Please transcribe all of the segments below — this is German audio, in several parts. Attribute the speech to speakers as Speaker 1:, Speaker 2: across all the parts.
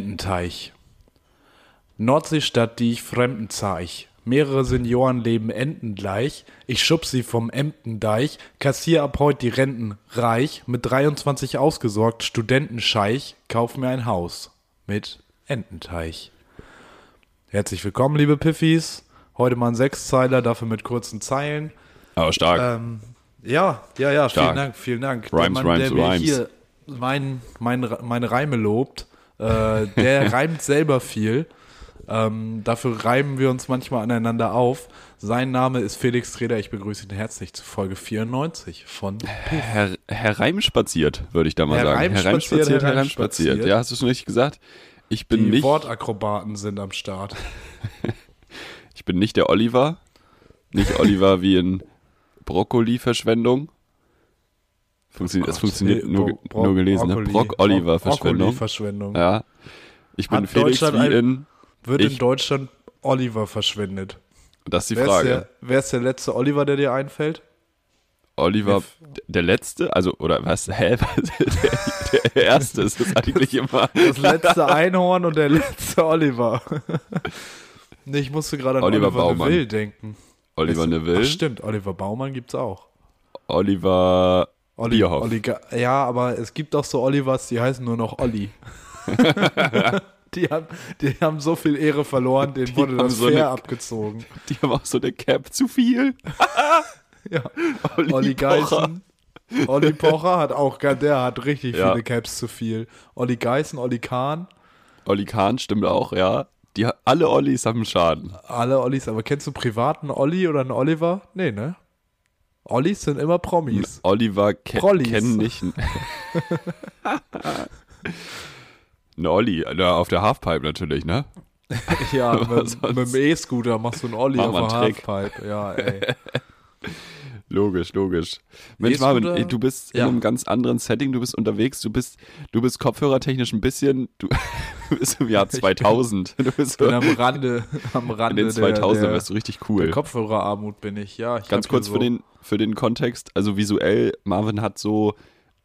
Speaker 1: Ententeich. Nordseestadt, die ich Fremden zeig. Mehrere Senioren leben entengleich. Ich schub sie vom Emdendeich, kassier ab heut die Renten. Reich, mit 23 ausgesorgt, Studentenscheich, kauf mir ein Haus. Mit Ententeich. Herzlich willkommen, liebe Piffis. Heute mal ein Sechszeiler, dafür mit kurzen Zeilen.
Speaker 2: Aber stark.
Speaker 1: Ähm, ja, ja, ja,
Speaker 2: Stark.
Speaker 1: vielen Dank, vielen Dank.
Speaker 2: Rhymes,
Speaker 1: der Mann,
Speaker 2: rhymes,
Speaker 1: der mir
Speaker 2: rhymes.
Speaker 1: hier mein, mein, meine Reime lobt, äh, der reimt selber viel. Ähm, dafür reimen wir uns manchmal aneinander auf. Sein Name ist Felix Treder. Ich begrüße ihn herzlich zu Folge 94 von
Speaker 2: Äh, Herr, Herr Reim spaziert, würde ich da mal
Speaker 1: Herr
Speaker 2: sagen.
Speaker 1: Reim spaziert, Herr
Speaker 2: Herr
Speaker 1: Reim
Speaker 2: Reim spaziert.
Speaker 1: spaziert.
Speaker 2: Ja, hast du schon richtig gesagt? Ich bin,
Speaker 1: Die
Speaker 2: nicht,
Speaker 1: Wortakrobaten sind am Start.
Speaker 2: ich bin nicht der Oliver. Nicht Oliver wie in Brokkoli-Verschwendung. Funktioniert, das
Speaker 1: Gott,
Speaker 2: funktioniert
Speaker 1: nee,
Speaker 2: nur, ge-
Speaker 1: Bro- Bro-
Speaker 2: nur gelesen, ne?
Speaker 1: Brokkoli-
Speaker 2: Brock-Oliver-Verschwendung.
Speaker 1: Brokkoli-Verschwendung.
Speaker 2: Ja. Ich bin
Speaker 1: Hat
Speaker 2: Felix
Speaker 1: Deutschland
Speaker 2: wie
Speaker 1: ein-
Speaker 2: in.
Speaker 1: Wird
Speaker 2: Äh, Ich-
Speaker 1: in Deutschland Oliver verschwendet?
Speaker 2: Das ist die
Speaker 1: Wer ist, der,
Speaker 2: Frage.
Speaker 1: wer ist der letzte Oliver, der dir einfällt?
Speaker 2: Oliver, d- der letzte, also, oder was? Hä? der, der erste ist es eigentlich immer.
Speaker 1: Das letzte Einhorn und der letzte Oliver. nee, ich musste gerade an
Speaker 2: Oliver
Speaker 1: Oliver,
Speaker 2: Baumann.
Speaker 1: Neville denken.
Speaker 2: Oliver Neville.
Speaker 1: Ach, stimmt, Oliver Baumann gibt's auch.
Speaker 2: Oliver
Speaker 1: Oli,
Speaker 2: Bierhoff.
Speaker 1: Oliga- ja, aber es gibt auch so Olivers, die heißen nur noch Olli. die, haben, die haben so viel Ehre verloren, denen wurde
Speaker 2: haben
Speaker 1: das
Speaker 2: so
Speaker 1: Fair
Speaker 2: eine-
Speaker 1: abgezogen.
Speaker 2: Die haben auch so eine Cap zu viel.
Speaker 1: Ja.
Speaker 2: Olli,
Speaker 1: Olli
Speaker 2: Pocher.
Speaker 1: Geisen. Olli Pocher hat auch, der hat richtig
Speaker 2: Ja.
Speaker 1: viele Caps zu viel. Olli Geisen, Olli Kahn,
Speaker 2: Olli Kahn stimmt auch, ja. Die, alle Ollis haben Schaden.
Speaker 1: alle Ollis. Aber kennst du privaten Olli oder einen Oliver? Nee, ne? Ollis sind immer Promis.
Speaker 2: Oliver ke
Speaker 1: Prollis.
Speaker 2: kennen nicht. Ein Olli, na, auf der Halfpipe natürlich, ne?
Speaker 1: Ja,
Speaker 2: Was
Speaker 1: mit, mit dem E-Scooter machst du einen Olli
Speaker 2: Mach
Speaker 1: auf
Speaker 2: mal
Speaker 1: der
Speaker 2: einen Trick.
Speaker 1: Halfpipe. Ja, ey.
Speaker 2: Logisch, logisch. Mensch,
Speaker 1: Gehst du
Speaker 2: Marvin,
Speaker 1: da-
Speaker 2: ey, du bist
Speaker 1: Ja.
Speaker 2: in einem ganz anderen Setting, du bist unterwegs, du bist, du bist kopfhörertechnisch ein bisschen, du du bist im Jahr 2000. Du bist
Speaker 1: Bin
Speaker 2: so,
Speaker 1: am Rande, am
Speaker 2: in
Speaker 1: Rande
Speaker 2: den 2000
Speaker 1: der,
Speaker 2: wärst
Speaker 1: der,
Speaker 2: du richtig
Speaker 1: der
Speaker 2: cool.
Speaker 1: Kopfhörerarmut bin ich. Ja, ich
Speaker 2: Ganz
Speaker 1: hab
Speaker 2: kurz
Speaker 1: hier
Speaker 2: für,
Speaker 1: so-
Speaker 2: den, für den Kontext, also visuell, Marvin hat so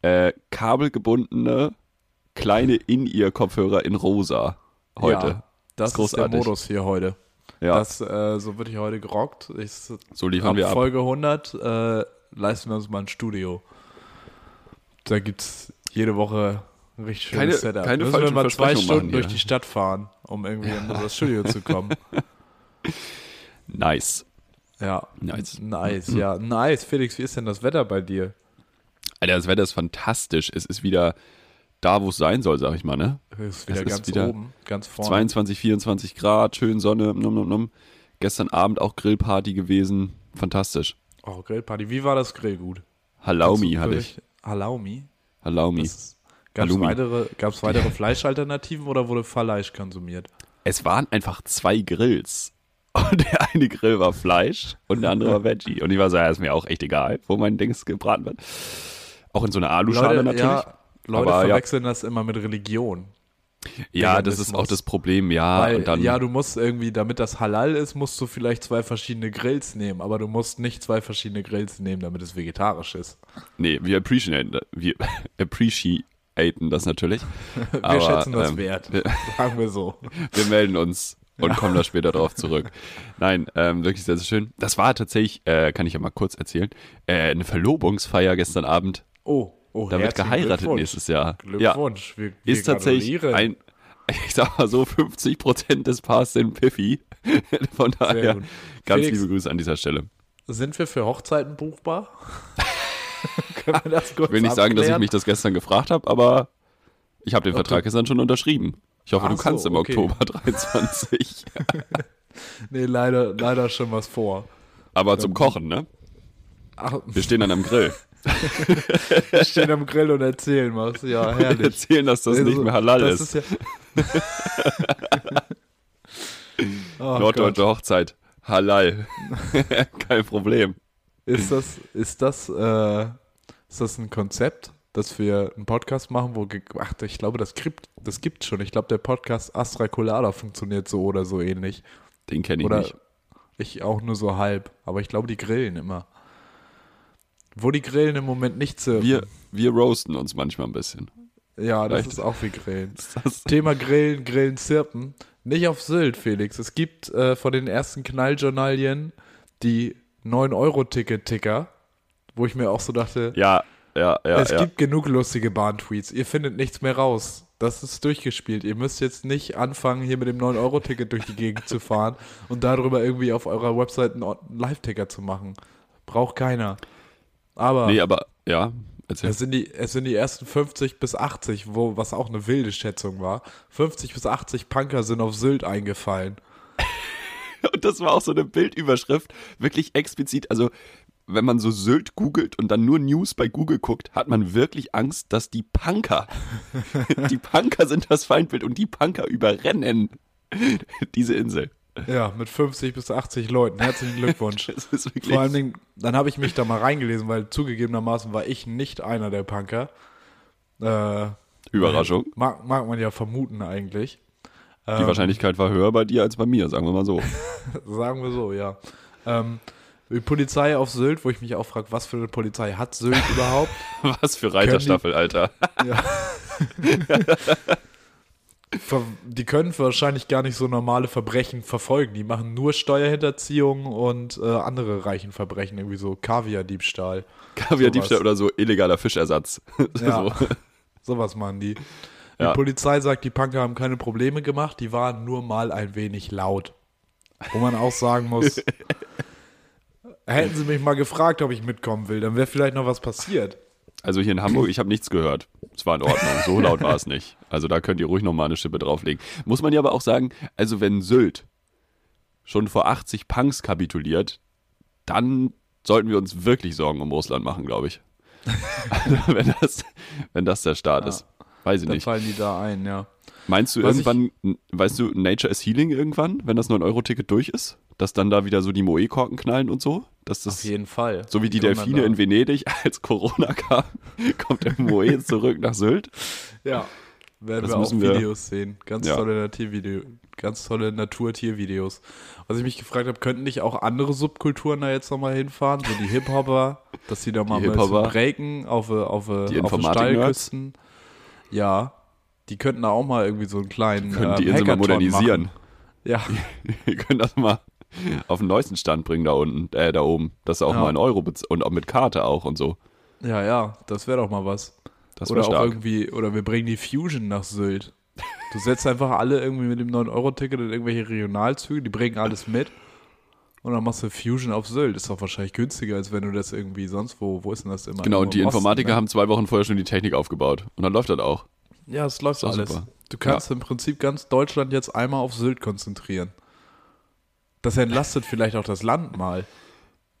Speaker 2: äh, kabelgebundene kleine In-Ear-Kopfhörer in rosa heute.
Speaker 1: Ja, das ist,
Speaker 2: großartig.
Speaker 1: der Modus hier heute.
Speaker 2: Ja,
Speaker 1: Das, äh, so wird ich heute gerockt. Ich,
Speaker 2: so liefern
Speaker 1: ab
Speaker 2: wir ab.
Speaker 1: Folge 100 äh, leisten wir uns mal ein Studio. Da gibt's jede Woche ein richtig schönes
Speaker 2: Keine-
Speaker 1: Setup.
Speaker 2: keine
Speaker 1: Müssen wir
Speaker 2: falschen
Speaker 1: mal zwei
Speaker 2: Versprechungen
Speaker 1: Stunden
Speaker 2: machen
Speaker 1: durch
Speaker 2: hier.
Speaker 1: die Stadt fahren, um irgendwie in das Studio zu kommen.
Speaker 2: Nice.
Speaker 1: Ja.
Speaker 2: Nice. Mhm.
Speaker 1: Nice, ja. Nice. Felix, wie ist denn das Wetter bei dir?
Speaker 2: Alter, das Wetter ist fantastisch. Es ist wieder da, wo es sein soll, sag ich mal, ne?
Speaker 1: Es Ist wieder
Speaker 2: Es ist
Speaker 1: ganz
Speaker 2: wieder
Speaker 1: oben, ganz vorne.
Speaker 2: 22, 24 Grad, schön Sonne, num, num, num. Gestern Abend auch Grillparty gewesen. Fantastisch.
Speaker 1: Oh, Grillparty. Wie war das Grillgut? Kannst
Speaker 2: Halloumi
Speaker 1: du
Speaker 2: hatte ich.
Speaker 1: berichten? Halloumi?
Speaker 2: Halloumi.
Speaker 1: Gab es
Speaker 2: Halloumi.
Speaker 1: weitere, gab's weitere Fleischalternativen oder wurde Fleisch konsumiert?
Speaker 2: Es waren einfach zwei Grills. Und der eine Grill war Fleisch und der andere war Veggie. Und ich war so, ja, ist mir auch echt egal, wo mein Dings gebraten wird. Auch in so einer Aluschale natürlich.
Speaker 1: ja, Leute
Speaker 2: Aber ja.
Speaker 1: verwechseln das immer mit Religion.
Speaker 2: Ja, das ist auch das Problem, ja.
Speaker 1: Weil,
Speaker 2: Ah, und dann,
Speaker 1: ja, du musst irgendwie, damit das halal ist, musst du vielleicht zwei verschiedene Grills nehmen, aber du musst nicht zwei verschiedene Grills nehmen, damit es vegetarisch ist.
Speaker 2: nee, wir appreciaten, wir appreciaten das natürlich.
Speaker 1: Wir
Speaker 2: Aber,
Speaker 1: schätzen das
Speaker 2: ähm,
Speaker 1: wert,
Speaker 2: wir-
Speaker 1: sagen wir so.
Speaker 2: Wir melden uns und kommen da später drauf zurück. Nein, ähm, wirklich sehr, sehr schön. Das war tatsächlich, äh, kann ich ja mal kurz erzählen, äh, eine Verlobungsfeier gestern Abend.
Speaker 1: Oh, oh,
Speaker 2: Da wird
Speaker 1: herzlichen
Speaker 2: geheiratet
Speaker 1: Glückwunsch.
Speaker 2: nächstes Jahr.
Speaker 1: Glückwunsch. Wir,
Speaker 2: Ja,
Speaker 1: wir
Speaker 2: ist tatsächlich
Speaker 1: gratulieren.
Speaker 2: ein, ich sag mal so, 50 Prozent des Paars sind Piffy. Von daher,
Speaker 1: gut.
Speaker 2: ganz
Speaker 1: Felix-
Speaker 2: liebe Grüße an dieser Stelle.
Speaker 1: Sind wir für Hochzeiten buchbar? Können wir das kurz
Speaker 2: Ich will nicht sagen, dass ich
Speaker 1: abklären?
Speaker 2: mich das gestern gefragt habe, aber ich habe den Vertrag gestern schon unterschrieben. Ich hoffe,
Speaker 1: Ach
Speaker 2: du
Speaker 1: so,
Speaker 2: kannst im
Speaker 1: okay.
Speaker 2: Oktober 23.
Speaker 1: Nee, leider, leider schon was vor.
Speaker 2: Aber zum Kochen, ne?
Speaker 1: Ach,
Speaker 2: Wir stehen dann am Grill.
Speaker 1: wir stehen am Grill und erzählen was. Ja,
Speaker 2: Wir
Speaker 1: herrlich.
Speaker 2: erzählen, dass das
Speaker 1: Also,
Speaker 2: nicht mehr halal
Speaker 1: das
Speaker 2: ist.
Speaker 1: ja oh Gott.
Speaker 2: Norddeutsche Hochzeit. Halal. Kein Problem.
Speaker 1: Ist das, ist das, äh, ist das ein Konzept, dass wir einen Podcast machen, wo, ge- ach, ich glaube, das gibt, das gibt schon. Ich glaube, der Podcast Astra Colada funktioniert so oder so ähnlich.
Speaker 2: Den kenne ich
Speaker 1: Oder
Speaker 2: nicht.
Speaker 1: ich auch nur so halb. Aber ich glaube, die grillen immer. Wo die grillen im Moment nicht so.
Speaker 2: Wir, wir roasten uns manchmal ein bisschen.
Speaker 1: Ja, das ist
Speaker 2: Vielleicht.
Speaker 1: auch wie Grillen.
Speaker 2: das-
Speaker 1: Thema Grillen, Grillen, Zirpen. Nicht auf Sylt, Felix. Es gibt äh, von den ersten Knalljournalien die 9-Euro-Ticket-Ticker, wo ich mir auch so dachte,
Speaker 2: Ja, ja, ja.
Speaker 1: es
Speaker 2: ja.
Speaker 1: gibt genug lustige Bahntweets. Ihr findet nichts mehr raus. Das ist durchgespielt. Ihr müsst jetzt nicht anfangen, hier mit dem 9-Euro-Ticket durch die Gegend zu fahren und darüber irgendwie auf eurer Website einen On- Live-Ticker zu machen. Braucht keiner. Aber
Speaker 2: nee, aber ja, erzähl.
Speaker 1: es sind, die, es sind die ersten 50 bis 80, wo, was auch eine wilde Schätzung war. 50 bis 80 Punker sind auf Sylt eingefallen.
Speaker 2: Und das war auch so eine Bildüberschrift, wirklich explizit. Also, wenn man so Sylt googelt und dann nur News bei Google guckt, hat man wirklich Angst, dass die Punker, die Punker sind das Feindbild und die Punker überrennen diese Insel.
Speaker 1: Ja, mit 50 bis 80 Leuten. Herzlichen Glückwunsch.
Speaker 2: Das ist wirklich.
Speaker 1: Vor allen Dingen, dann habe ich mich da mal reingelesen, weil zugegebenermaßen war ich nicht einer der Punker. Äh,
Speaker 2: Überraschung.
Speaker 1: Mag, mag man ja vermuten eigentlich.
Speaker 2: Die
Speaker 1: Ähm.
Speaker 2: Wahrscheinlichkeit war höher bei dir als bei mir, sagen wir mal so.
Speaker 1: Sagen wir so, ja. Ähm, die Polizei auf Sylt, wo ich mich auch frage, was für eine Polizei hat Sylt überhaupt?
Speaker 2: Was für Reiterstaffel, Alter.
Speaker 1: Ver die können wahrscheinlich gar nicht so normale Verbrechen verfolgen. Die machen nur Steuerhinterziehung und äh, andere reichen Verbrechen, irgendwie so Kaviardiebstahl.
Speaker 2: Kaviar-Diebstahl oder so illegaler Fischersatz.
Speaker 1: Ja.
Speaker 2: So.
Speaker 1: Sowas machen die. Die
Speaker 2: Ja.
Speaker 1: Polizei sagt, die Punker haben keine Probleme gemacht, die waren nur mal ein wenig laut. Wo man auch sagen muss, hätten sie mich mal gefragt, ob ich mitkommen will, dann wäre vielleicht noch was passiert.
Speaker 2: Also hier in Hamburg, ich habe nichts gehört. Es war in Ordnung, so laut war es nicht. Also da könnt ihr ruhig nochmal eine Schippe drauflegen. Muss man ja aber auch sagen, also wenn Sylt schon vor 80 Punks kapituliert, dann sollten wir uns wirklich Sorgen um Russland machen, glaube ich. Also wenn, das, wenn das der Start ist. Weiß ich
Speaker 1: Dann
Speaker 2: nicht.
Speaker 1: fallen die da ein, ja.
Speaker 2: Meinst du
Speaker 1: Was
Speaker 2: irgendwann, n- weißt du, Nature is Healing irgendwann, wenn das 9-Euro-Ticket durch ist? Dass dann da wieder so die Moe-Korken knallen und so? Dass das,
Speaker 1: Auf jeden Fall.
Speaker 2: so wie die Delfine in Venedig, als Corona kam, kommt der Moe zurück nach Sylt.
Speaker 1: Ja. Werden
Speaker 2: Das
Speaker 1: wir auch
Speaker 2: müssen wir-
Speaker 1: Videos sehen. Ganz
Speaker 2: Ja.
Speaker 1: tolle Naturvideo, ganz tolle Naturtiervideos. Was ich mich gefragt habe, könnten nicht auch andere Subkulturen da jetzt nochmal hinfahren? So die Hip-Hopper, dass die da mal ein bisschen
Speaker 2: Hip-Hopper.
Speaker 1: breaken auf, äh, auf, äh,
Speaker 2: Die
Speaker 1: auf
Speaker 2: Informatik-Nerds.
Speaker 1: Steilküsten. Ja. Die könnten da auch mal irgendwie so einen kleinen.
Speaker 2: Können die
Speaker 1: ähm,
Speaker 2: Insel mal
Speaker 1: Hackathon
Speaker 2: modernisieren.
Speaker 1: Machen. Ja.
Speaker 2: Wir können das mal auf den neuesten Stand bringen da unten, äh, da oben. Dass er auch
Speaker 1: Ja.
Speaker 2: mal einen Euro bez- und auch mit Karte auch und so.
Speaker 1: Ja, ja. Das wäre doch mal was.
Speaker 2: Das
Speaker 1: oder
Speaker 2: wäre
Speaker 1: auch
Speaker 2: stark.
Speaker 1: irgendwie, oder wir bringen die Fusion nach Sylt. Du setzt einfach alle irgendwie mit dem 9-Euro-Ticket in irgendwelche Regionalzüge, die bringen alles mit. Und dann machst du Fusion auf Sylt. Ist doch wahrscheinlich günstiger, als wenn du das irgendwie sonst wo, wo ist denn das immer?
Speaker 2: Genau,
Speaker 1: Irgendwo
Speaker 2: und die
Speaker 1: im Osten,
Speaker 2: Informatiker
Speaker 1: ne?
Speaker 2: haben zwei Wochen vorher schon die Technik aufgebaut. Und dann läuft das auch.
Speaker 1: Ja, es läuft
Speaker 2: doch
Speaker 1: alles.
Speaker 2: Ah, super.
Speaker 1: Du kannst im Prinzip ganz Deutschland jetzt einmal auf Sylt konzentrieren. Das entlastet vielleicht auch das Land mal.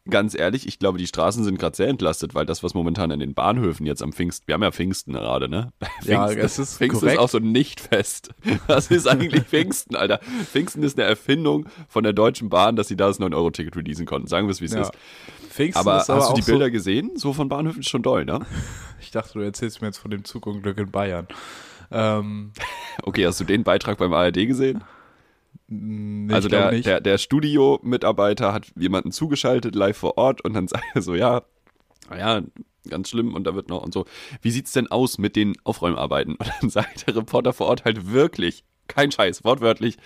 Speaker 2: Ganz ehrlich, ich glaube, die Straßen sind gerade sehr entlastet, weil das, was momentan in den Bahnhöfen jetzt am Pfingst, wir haben ja Pfingsten gerade, ne? Pfingsten,
Speaker 1: Ja, es ist
Speaker 2: Pfingsten
Speaker 1: korrekt.
Speaker 2: ist auch so nicht fest. Das ist eigentlich Pfingsten, Alter. Pfingsten ist eine Erfindung von der Deutschen Bahn, dass sie da das 9-Euro-Ticket releasen konnten. Sagen wir es, wie es
Speaker 1: Ja.
Speaker 2: ist.
Speaker 1: Pfingsten
Speaker 2: Aber
Speaker 1: ist
Speaker 2: hast
Speaker 1: aber
Speaker 2: du
Speaker 1: auch
Speaker 2: die Bilder
Speaker 1: so,
Speaker 2: gesehen? So von Bahnhöfen ist schon doll, ne?
Speaker 1: Ich dachte, du erzählst mir jetzt von dem Zugunglück in Bayern. Ähm,
Speaker 2: Okay, hast du den Beitrag beim ARD gesehen?
Speaker 1: nee,
Speaker 2: also
Speaker 1: ich glaub
Speaker 2: der,
Speaker 1: nicht.
Speaker 2: der, der Studio-Mitarbeiter hat jemanden zugeschaltet, live vor Ort, und dann sagt er so, ja, ja, ganz schlimm und da wird noch und so. Wie sieht's denn aus mit den Aufräumarbeiten? Und dann sagt der Reporter vor Ort halt wirklich, kein Scheiß, wortwörtlich,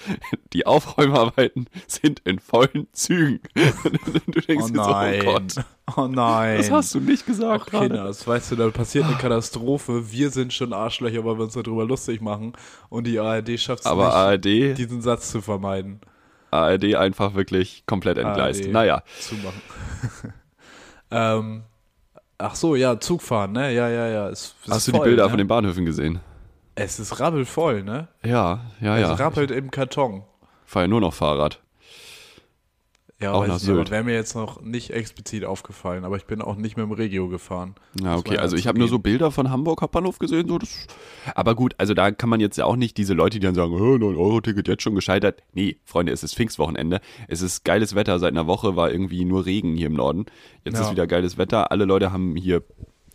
Speaker 2: die Aufräumarbeiten sind in vollen Zügen. Und du denkst
Speaker 1: Oh
Speaker 2: dir so,
Speaker 1: nein.
Speaker 2: oh Gott,
Speaker 1: Oh nein.
Speaker 2: das hast du nicht gesagt
Speaker 1: Ach,
Speaker 2: gerade.
Speaker 1: Kinders, weißt du, da passiert eine Katastrophe. Wir sind schon Arschlöcher, weil wir uns darüber lustig machen. Und die ARD schafft es
Speaker 2: Aber
Speaker 1: nicht,
Speaker 2: ARD,
Speaker 1: diesen Satz zu vermeiden.
Speaker 2: ARD einfach wirklich komplett entgleist.
Speaker 1: ARD.
Speaker 2: Naja,
Speaker 1: Zu machen. ähm, ach so, ja, Zugfahren, ne? Ja, ja, ja. Es, es
Speaker 2: hast
Speaker 1: ist
Speaker 2: du die
Speaker 1: voll,
Speaker 2: Bilder
Speaker 1: ne?
Speaker 2: von den Bahnhöfen gesehen?
Speaker 1: Es ist rabbelvoll, ne?
Speaker 2: Ja, ja,
Speaker 1: Es
Speaker 2: ja.
Speaker 1: rappelt im Karton.
Speaker 2: Fahr ja nur noch Fahrrad.
Speaker 1: Ja,
Speaker 2: Auch
Speaker 1: weiß
Speaker 2: nach
Speaker 1: ich nicht, aber
Speaker 2: Sylt.
Speaker 1: wäre mir jetzt noch nicht explizit aufgefallen, aber ich bin auch nicht mit dem Regio gefahren.
Speaker 2: Ja,
Speaker 1: Das war
Speaker 2: okay.
Speaker 1: ja
Speaker 2: Also ich
Speaker 1: zu
Speaker 2: habe nur
Speaker 1: gehen.
Speaker 2: so Bilder von Hamburg Hauptbahnhof gesehen. So das, aber gut, also da kann man jetzt ja auch nicht diese Leute, die dann sagen, 9-Euro-Ticket jetzt schon gescheitert. Nee, Freunde, es ist Pfingstwochenende. Es ist geiles Wetter. Seit einer Woche war irgendwie nur Regen hier im Norden. Jetzt
Speaker 1: Ja.
Speaker 2: ist wieder geiles Wetter. Alle Leute haben hier,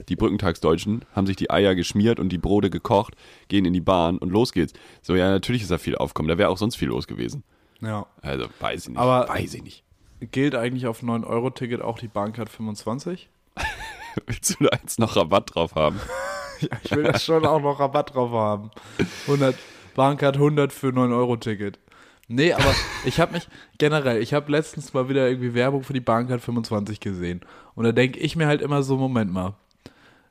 Speaker 2: die Brückentagsdeutschen, haben sich die Eier geschmiert und die Brote gekocht, gehen in die Bahn und los geht's. So, ja, natürlich ist da viel Aufkommen. Da wäre auch sonst viel los gewesen.
Speaker 1: Ja.
Speaker 2: Also weiß ich nicht.
Speaker 1: Aber-
Speaker 2: weiß ich nicht.
Speaker 1: Gilt eigentlich auf 9-Euro-Ticket auch die Bahncard 25?
Speaker 2: Willst du da jetzt noch Rabatt drauf haben?
Speaker 1: Ja, ich will das schon auch noch Rabatt drauf haben. 100, Bahncard 100 für 9-Euro-Ticket. Nee, aber ich habe mich generell, ich habe letztens mal wieder irgendwie Werbung für die Bahncard 25 gesehen. Und da denke ich mir halt immer so, Moment mal,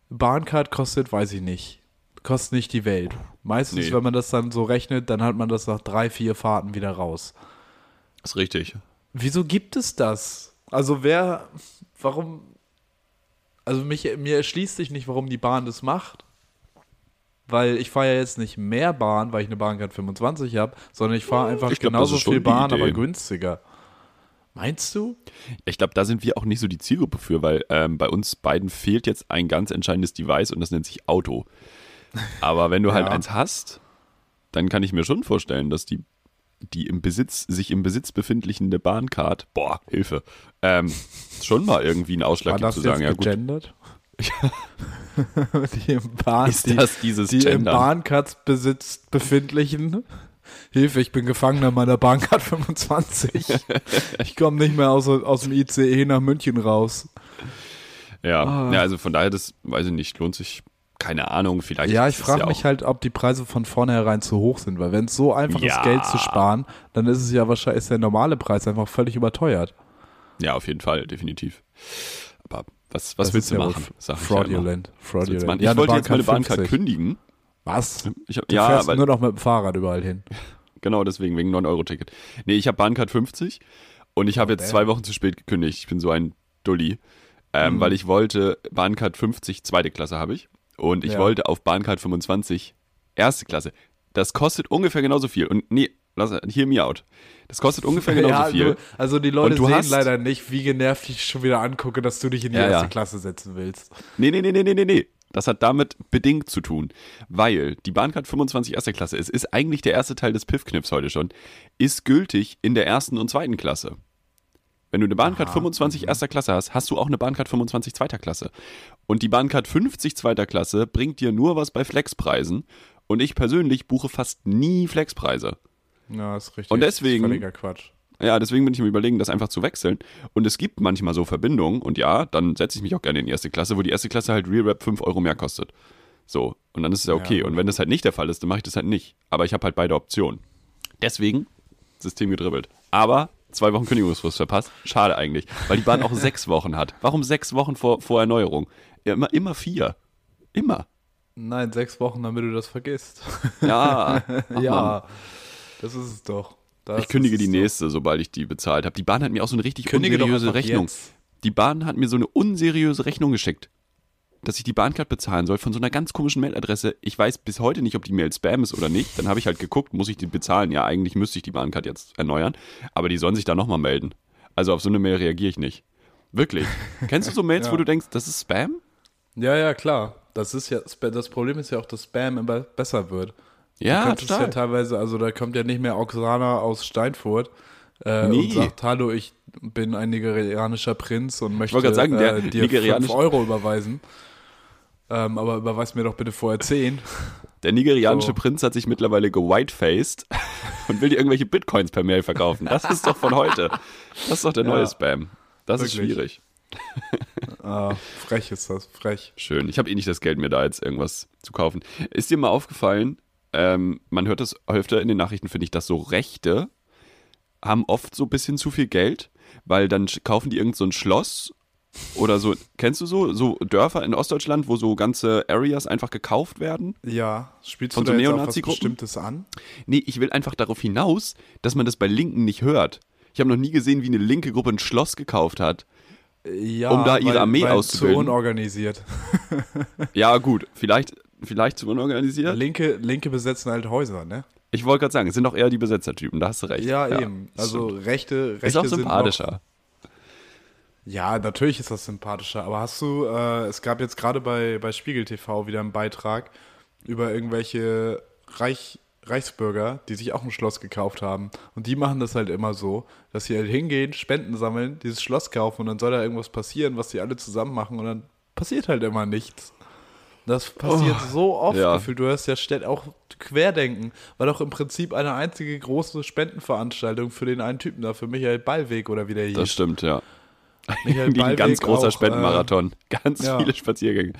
Speaker 1: Bahncard kostet, weiß ich nicht, kostet nicht die Welt. Meistens,
Speaker 2: Nee.
Speaker 1: wenn man das dann so rechnet, dann hat man das nach drei, vier Fahrten wieder raus.
Speaker 2: Ist richtig.
Speaker 1: Wieso gibt es das? Also wer, warum, also mich, mir erschließt sich nicht, warum die Bahn das macht. Weil ich fahre ja jetzt nicht mehr Bahn, weil ich eine Bahncard 25 habe, sondern ich fahre einfach
Speaker 2: Hm, Ich glaub, das
Speaker 1: genauso
Speaker 2: ist schon
Speaker 1: viel
Speaker 2: die
Speaker 1: Bahn,
Speaker 2: Idee.
Speaker 1: aber günstiger. Meinst du?
Speaker 2: Ich glaube, da sind wir auch nicht so die Zielgruppe für, weil ähm, bei uns beiden fehlt jetzt ein ganz entscheidendes Device und das nennt sich Auto. Aber wenn du halt
Speaker 1: Ja.
Speaker 2: eins hast, dann kann ich mir schon vorstellen, dass die, die im Besitz, sich im Besitz befindliche Bahncard, boah, Hilfe, ähm, schon mal irgendwie einen Ausschlag
Speaker 1: War
Speaker 2: gibt
Speaker 1: das
Speaker 2: zu
Speaker 1: jetzt
Speaker 2: sagen, ja gut,
Speaker 1: gegendert? die im Bahn,
Speaker 2: ist
Speaker 1: die,
Speaker 2: das dieses
Speaker 1: die im
Speaker 2: Gender?
Speaker 1: Bahnkartsbesitz befindlichen. Hilfe, ich bin Gefangener meiner Bahncard 25. ich komme nicht mehr aus, aus dem ICE nach München raus. Ah.
Speaker 2: Ja. ja, also von daher, das weiß ich nicht, lohnt sich, keine Ahnung, vielleicht.
Speaker 1: Ja, ich
Speaker 2: ist
Speaker 1: frage
Speaker 2: auch-
Speaker 1: mich halt, ob die Preise von vornherein zu hoch sind, weil wenn es so einfach
Speaker 2: Ja.
Speaker 1: ist, Geld zu sparen, dann ist es ja wahrscheinlich ist der normale Preis einfach völlig überteuert.
Speaker 2: Ja, auf jeden Fall, definitiv. Aber was,
Speaker 1: halt.
Speaker 2: was
Speaker 1: Das ist
Speaker 2: willst du
Speaker 1: ja wohl
Speaker 2: machen? Sag ich ja immer.
Speaker 1: Fraudulent.
Speaker 2: Was willst du
Speaker 1: Fraudulent.
Speaker 2: machen? Ich
Speaker 1: eine
Speaker 2: wollte jetzt meine
Speaker 1: Bahncard
Speaker 2: Bahncard
Speaker 1: 50.
Speaker 2: kündigen.
Speaker 1: Was?
Speaker 2: Ich hab,
Speaker 1: Du
Speaker 2: ja,
Speaker 1: fährst
Speaker 2: weil,
Speaker 1: nur noch mit dem Fahrrad überall hin.
Speaker 2: genau deswegen, wegen 9-Euro-Ticket. Nee, ich habe Bahncard 50 und ich habe jetzt zwei Wochen zu spät gekündigt. Ich bin so ein Dulli,
Speaker 1: Mhm.
Speaker 2: ähm, weil ich wollte, Bahncard 50, zweite Klasse habe ich und ich
Speaker 1: Ja.
Speaker 2: wollte auf Bahncard 25, erste Klasse. Das kostet ungefähr genauso viel. Und nee, lass, hear me out. Das kostet ungefähr genauso
Speaker 1: Ja,
Speaker 2: viel.
Speaker 1: nur- also die Leute
Speaker 2: Und du
Speaker 1: sehen
Speaker 2: hast-
Speaker 1: leider nicht, wie genervt ich schon wieder angucke, dass du dich in die
Speaker 2: Ja,
Speaker 1: erste
Speaker 2: ja.
Speaker 1: Klasse setzen willst.
Speaker 2: Nee, nee, nee, nee, nee, nee, nee. Das hat damit bedingt zu tun, weil die Bahncard 25 erster Klasse, es ist eigentlich der erste Teil des Piffknips heute schon, ist gültig in der ersten und zweiten Klasse. Wenn du eine Bahncard 25 erster Klasse hast, hast du auch eine Bahncard 25 zweiter Klasse. Und die Bahncard 50 zweiter Klasse bringt dir nur was bei Flexpreisen. Und ich persönlich buche fast nie Flexpreise.
Speaker 1: Ja, ist richtig.
Speaker 2: Und deswegen-
Speaker 1: Das ist völliger Quatsch.
Speaker 2: Ja, deswegen bin ich mir überlegen, das einfach zu wechseln. Und es gibt manchmal so Verbindungen, und ja, dann setze ich mich auch gerne in die erste Klasse, wo die erste Klasse halt Real Rap 5 Euro mehr kostet. So, und dann ist es ja okay.
Speaker 1: Ja.
Speaker 2: Und wenn das halt nicht der Fall ist, dann mache ich das halt nicht. Aber ich habe halt beide Optionen. Deswegen System gedribbelt. Aber zwei Wochen Kündigungsfrist verpasst. Schade eigentlich, weil die Bahn auch sechs Wochen hat. Warum sechs Wochen vor, vor Erneuerung? Ja, immer, immer vier. Immer.
Speaker 1: Nein, sechs Wochen, damit du das vergisst.
Speaker 2: Ja. Ach,
Speaker 1: ja,
Speaker 2: Mann.
Speaker 1: das ist es doch. Das
Speaker 2: Ich kündige
Speaker 1: ist
Speaker 2: die
Speaker 1: es
Speaker 2: nächste, sobald ich die bezahlt habe. Die Bahn hat mir auch so eine richtig
Speaker 1: Kündige doch
Speaker 2: unseriöse
Speaker 1: einfach
Speaker 2: Rechnung.
Speaker 1: jetzt.
Speaker 2: Die Bahn hat mir so eine unseriöse Rechnung geschickt, dass ich die Bahncard bezahlen soll von so einer ganz komischen Mailadresse. Ich weiß bis heute nicht, ob die Mail Spam ist oder nicht. Dann habe ich halt geguckt, muss ich die bezahlen? Ja, eigentlich müsste ich die Bahncard jetzt erneuern, aber die sollen sich da nochmal melden. Also auf so eine Mail reagiere ich nicht. Wirklich. Kennst du so Mails, wo du denkst, das ist Spam?
Speaker 1: doch. Ja, ja, klar. Das ist ja das Problem ist ja auch, dass Spam immer besser wird. du
Speaker 2: Ja,
Speaker 1: könntest ja
Speaker 2: total.
Speaker 1: teilweise, also da kommt ja nicht mehr Oksana aus Steinfurt äh,
Speaker 2: Nee.
Speaker 1: und sagt, hallo, ich bin ein nigerianischer Prinz und möchte
Speaker 2: wollte gerade sagen, der
Speaker 1: äh, dir
Speaker 2: nigerianische-
Speaker 1: 5 Euro überweisen. Ähm, aber überweis mir doch bitte vorher 10.
Speaker 2: Der nigerianische
Speaker 1: So.
Speaker 2: Prinz hat sich mittlerweile gewhitefaced und will dir irgendwelche Bitcoins per Mail verkaufen. Das ist doch von heute. Das ist doch der neue Spam. Das ist
Speaker 1: Wirklich.
Speaker 2: schwierig.
Speaker 1: ah, frech ist das, frech.
Speaker 2: Schön. Ich habe eh nicht das Geld, mir da jetzt irgendwas zu kaufen. Ist dir mal aufgefallen, ähm, man hört das öfter in den Nachrichten, finde ich, dass so Rechte haben oft so ein bisschen zu viel Geld, weil dann sch- kaufen die irgend so ein Schloss oder so. Kennst du so? So Dörfer in Ostdeutschland, wo so ganze Areas einfach gekauft werden?
Speaker 1: Ja, spielst
Speaker 2: Von
Speaker 1: du
Speaker 2: so
Speaker 1: da jetzt auf was
Speaker 2: Neonazi-Gruppen?
Speaker 1: Bestimmtes an?
Speaker 2: Nee, ich will einfach darauf hinaus, dass man das bei Linken nicht hört. Ich habe noch nie gesehen, wie eine linke Gruppe ein Schloss gekauft hat.
Speaker 1: Ja,
Speaker 2: Um da ihre Armee
Speaker 1: weil
Speaker 2: auszubilden.
Speaker 1: Zu unorganisiert.
Speaker 2: Ja, gut, vielleicht, vielleicht zu unorganisiert.
Speaker 1: Linke, Linke besetzen halt Häuser, ne?
Speaker 2: Ich wollte gerade sagen, es sind auch eher die Besetzertypen, da hast du recht.
Speaker 1: Ja, eben. Also rechte, rechte
Speaker 2: Ist auch
Speaker 1: sind
Speaker 2: sympathischer.
Speaker 1: Noch, ja, natürlich ist das sympathischer. Aber hast du, äh, es gab jetzt gerade bei, bei Spiegel TV wieder einen Beitrag über irgendwelche Reich, Reichsbürger, die sich auch ein Schloss gekauft haben. Und die machen das halt immer so, dass sie halt hingehen, Spenden sammeln, dieses Schloss kaufen und dann soll da irgendwas passieren, was sie alle zusammen machen und dann passiert halt immer nichts. Das passiert so oft
Speaker 2: Oh. ja.
Speaker 1: gefühlt. Du hörst ja ständig auch Querdenken. War doch im Prinzip eine einzige große Spendenveranstaltung für den einen Typen da, für Michael Ballweg oder wie der
Speaker 2: Das
Speaker 1: hieß.
Speaker 2: stimmt, ja.
Speaker 1: Michael
Speaker 2: Irgendwie ein ganz
Speaker 1: Ballweg äh,
Speaker 2: großer
Speaker 1: auch,
Speaker 2: Spendenmarathon. ganz
Speaker 1: ja.
Speaker 2: viele Spaziergänge.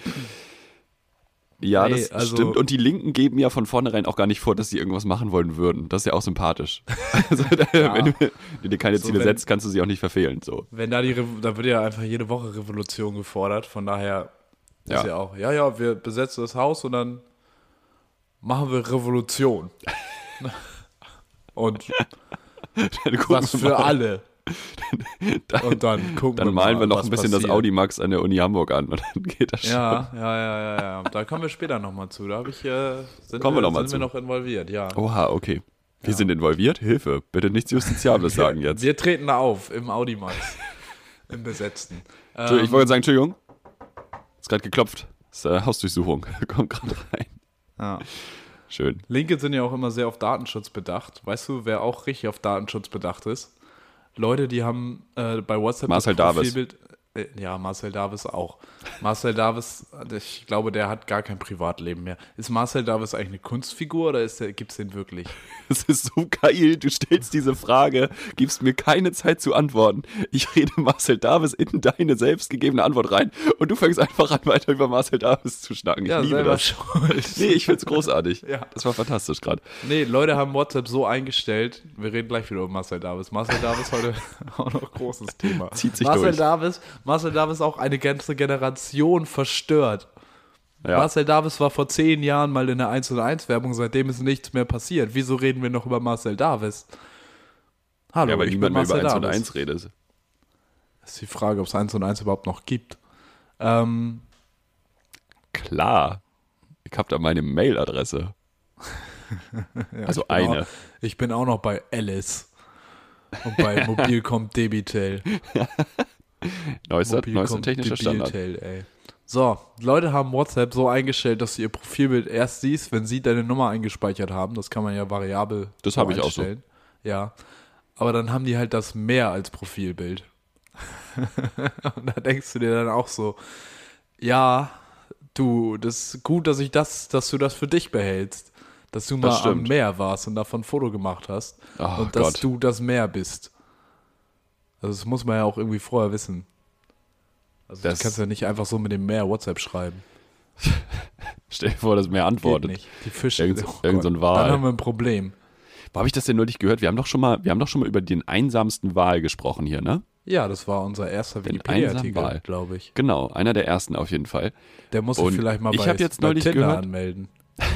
Speaker 2: Ja,
Speaker 1: Nee,
Speaker 2: das
Speaker 1: also-
Speaker 2: stimmt. Und die Linken geben ja von vornherein auch gar nicht vor, dass sie irgendwas machen wollen würden. Das ist ja auch sympathisch. Also, da, wenn, du, wenn du dir keine
Speaker 1: So,
Speaker 2: Ziele
Speaker 1: wenn-
Speaker 2: setzt, kannst du sie auch nicht verfehlen. So.
Speaker 1: Wenn da die, Revo- da wird ja einfach jede Woche Revolution gefordert, von daher ist
Speaker 2: Ja.
Speaker 1: ja auch, ja, ja, wir besetzen das Haus und dann machen wir Revolution. und
Speaker 2: Dann gucken
Speaker 1: was
Speaker 2: wir
Speaker 1: für
Speaker 2: mal.
Speaker 1: alle. Und dann gucken
Speaker 2: Dann
Speaker 1: wir
Speaker 2: malen
Speaker 1: mal,
Speaker 2: wir noch
Speaker 1: was
Speaker 2: ein bisschen das
Speaker 1: passiert.
Speaker 2: Audimax an der Uni Hamburg an und dann geht das schon.
Speaker 1: Ja, ja, ja, ja, ja. Da kommen wir später nochmal zu. Da hab ich, äh, sind,
Speaker 2: Kommen
Speaker 1: wir,
Speaker 2: wir noch mal
Speaker 1: sind
Speaker 2: zu. Oh,
Speaker 1: wir noch involviert, ja.
Speaker 2: Oha, okay. Wir sind involviert? Hilfe. Bitte nichts Justiziables sagen jetzt.
Speaker 1: Wir treten da auf im Audimax. Im Besetzten.
Speaker 2: Entschuldigung,
Speaker 1: Ähm,
Speaker 2: ich wollte sagen, Entschuldigung. Ist gerade geklopft. Ist äh, Hausdurchsuchung. Kommt gerade rein.
Speaker 1: ja.
Speaker 2: Schön.
Speaker 1: Linke sind ja auch immer sehr auf Datenschutz bedacht. Weißt du, wer auch richtig auf Datenschutz bedacht ist? Leute, die haben äh, bei WhatsApp
Speaker 2: Marcel
Speaker 1: das
Speaker 2: Davis.
Speaker 1: Profilbild. Äh, ja, Marcel Davis auch. Marcel Davis, ich glaube, der hat gar kein Privatleben mehr. Ist Marcel Davis eigentlich eine Kunstfigur oder ist der- gibt's den wirklich?
Speaker 2: Es ist so geil, du stellst diese Frage, gibst mir keine Zeit zu antworten. Ich rede Marcel Davis in deine selbstgegebene Antwort rein und du fängst einfach an, weiter über Marcel Davis zu schnacken. Ich liebe das.
Speaker 1: schuld.
Speaker 2: Nee, ich find's großartig.
Speaker 1: Ja.
Speaker 2: Das war fantastisch gerade.
Speaker 1: Nee, Leute haben WhatsApp so eingestellt. Wir reden gleich wieder über Marcel Davis. Marcel Davis heute auch noch großes Thema.
Speaker 2: Zieht sich
Speaker 1: Marcel
Speaker 2: durch.
Speaker 1: Davis, Marcel Davis auch eine ganze Generation verstört.
Speaker 2: Ja.
Speaker 1: Marcel Davis war vor zehn Jahren mal in der 1 und 1 Werbung, seitdem ist nichts mehr passiert. Wieso reden wir noch über Marcel Davis? Hallo,
Speaker 2: Ja, weil
Speaker 1: ich
Speaker 2: niemand
Speaker 1: bin
Speaker 2: mehr
Speaker 1: Marcel
Speaker 2: über 1 und
Speaker 1: Davis.
Speaker 2: 1 redet.
Speaker 1: Ist die Frage, ob es 1 und 1 überhaupt noch gibt. Ähm,
Speaker 2: Klar. Ich hab da meine Mailadresse. also
Speaker 1: ich bin
Speaker 2: eine.
Speaker 1: Auch, genau. ich bin auch noch bei Alice. Und bei Mobilcom Debitel.
Speaker 2: Neuester, neuester
Speaker 1: Mobilcom
Speaker 2: technischer Standard.
Speaker 1: Debitel, ey. So, Leute haben WhatsApp so eingestellt, dass du ihr Profilbild erst siehst, wenn sie deine Nummer eingespeichert haben. Das kann man ja variabel
Speaker 2: Das habe ich auch so.
Speaker 1: einstellen. Ja. Aber dann haben die halt das mehr als Profilbild. Und da denkst du dir dann auch so, ja, du, das ist gut, dass ich das, dass du das für dich behältst. Dass du mal am
Speaker 2: stimmt.
Speaker 1: Meer warst und davon ein Foto gemacht hast.
Speaker 2: Ach
Speaker 1: und dass
Speaker 2: Gott.
Speaker 1: du das Meer bist. Also das muss man ja auch irgendwie vorher wissen. Also das
Speaker 2: Das-
Speaker 1: du kannst ja nicht einfach so mit dem Meer WhatsApp schreiben.
Speaker 2: Stell dir vor, dass mehr antwortet.
Speaker 1: Geht nicht. Die Fische.
Speaker 2: Irgend so-
Speaker 1: Oh
Speaker 2: irgend so ein
Speaker 1: Gott.
Speaker 2: Wal.
Speaker 1: Dann haben wir ein Problem.
Speaker 2: Wo habe ich das denn neulich gehört? Wir haben doch schon mal, wir haben doch schon mal über den einsamsten Wal gesprochen hier, ne?
Speaker 1: Ja, das war unser erster
Speaker 2: einsamen Wal.
Speaker 1: Wikipedia-Artikel, glaube ich.
Speaker 2: Genau, einer der ersten auf jeden Fall.
Speaker 1: Der muss
Speaker 2: Und
Speaker 1: sich vielleicht mal
Speaker 2: ich
Speaker 1: bei,
Speaker 2: hab jetzt
Speaker 1: bei
Speaker 2: neulich
Speaker 1: Tinder
Speaker 2: gehört-
Speaker 1: anmelden,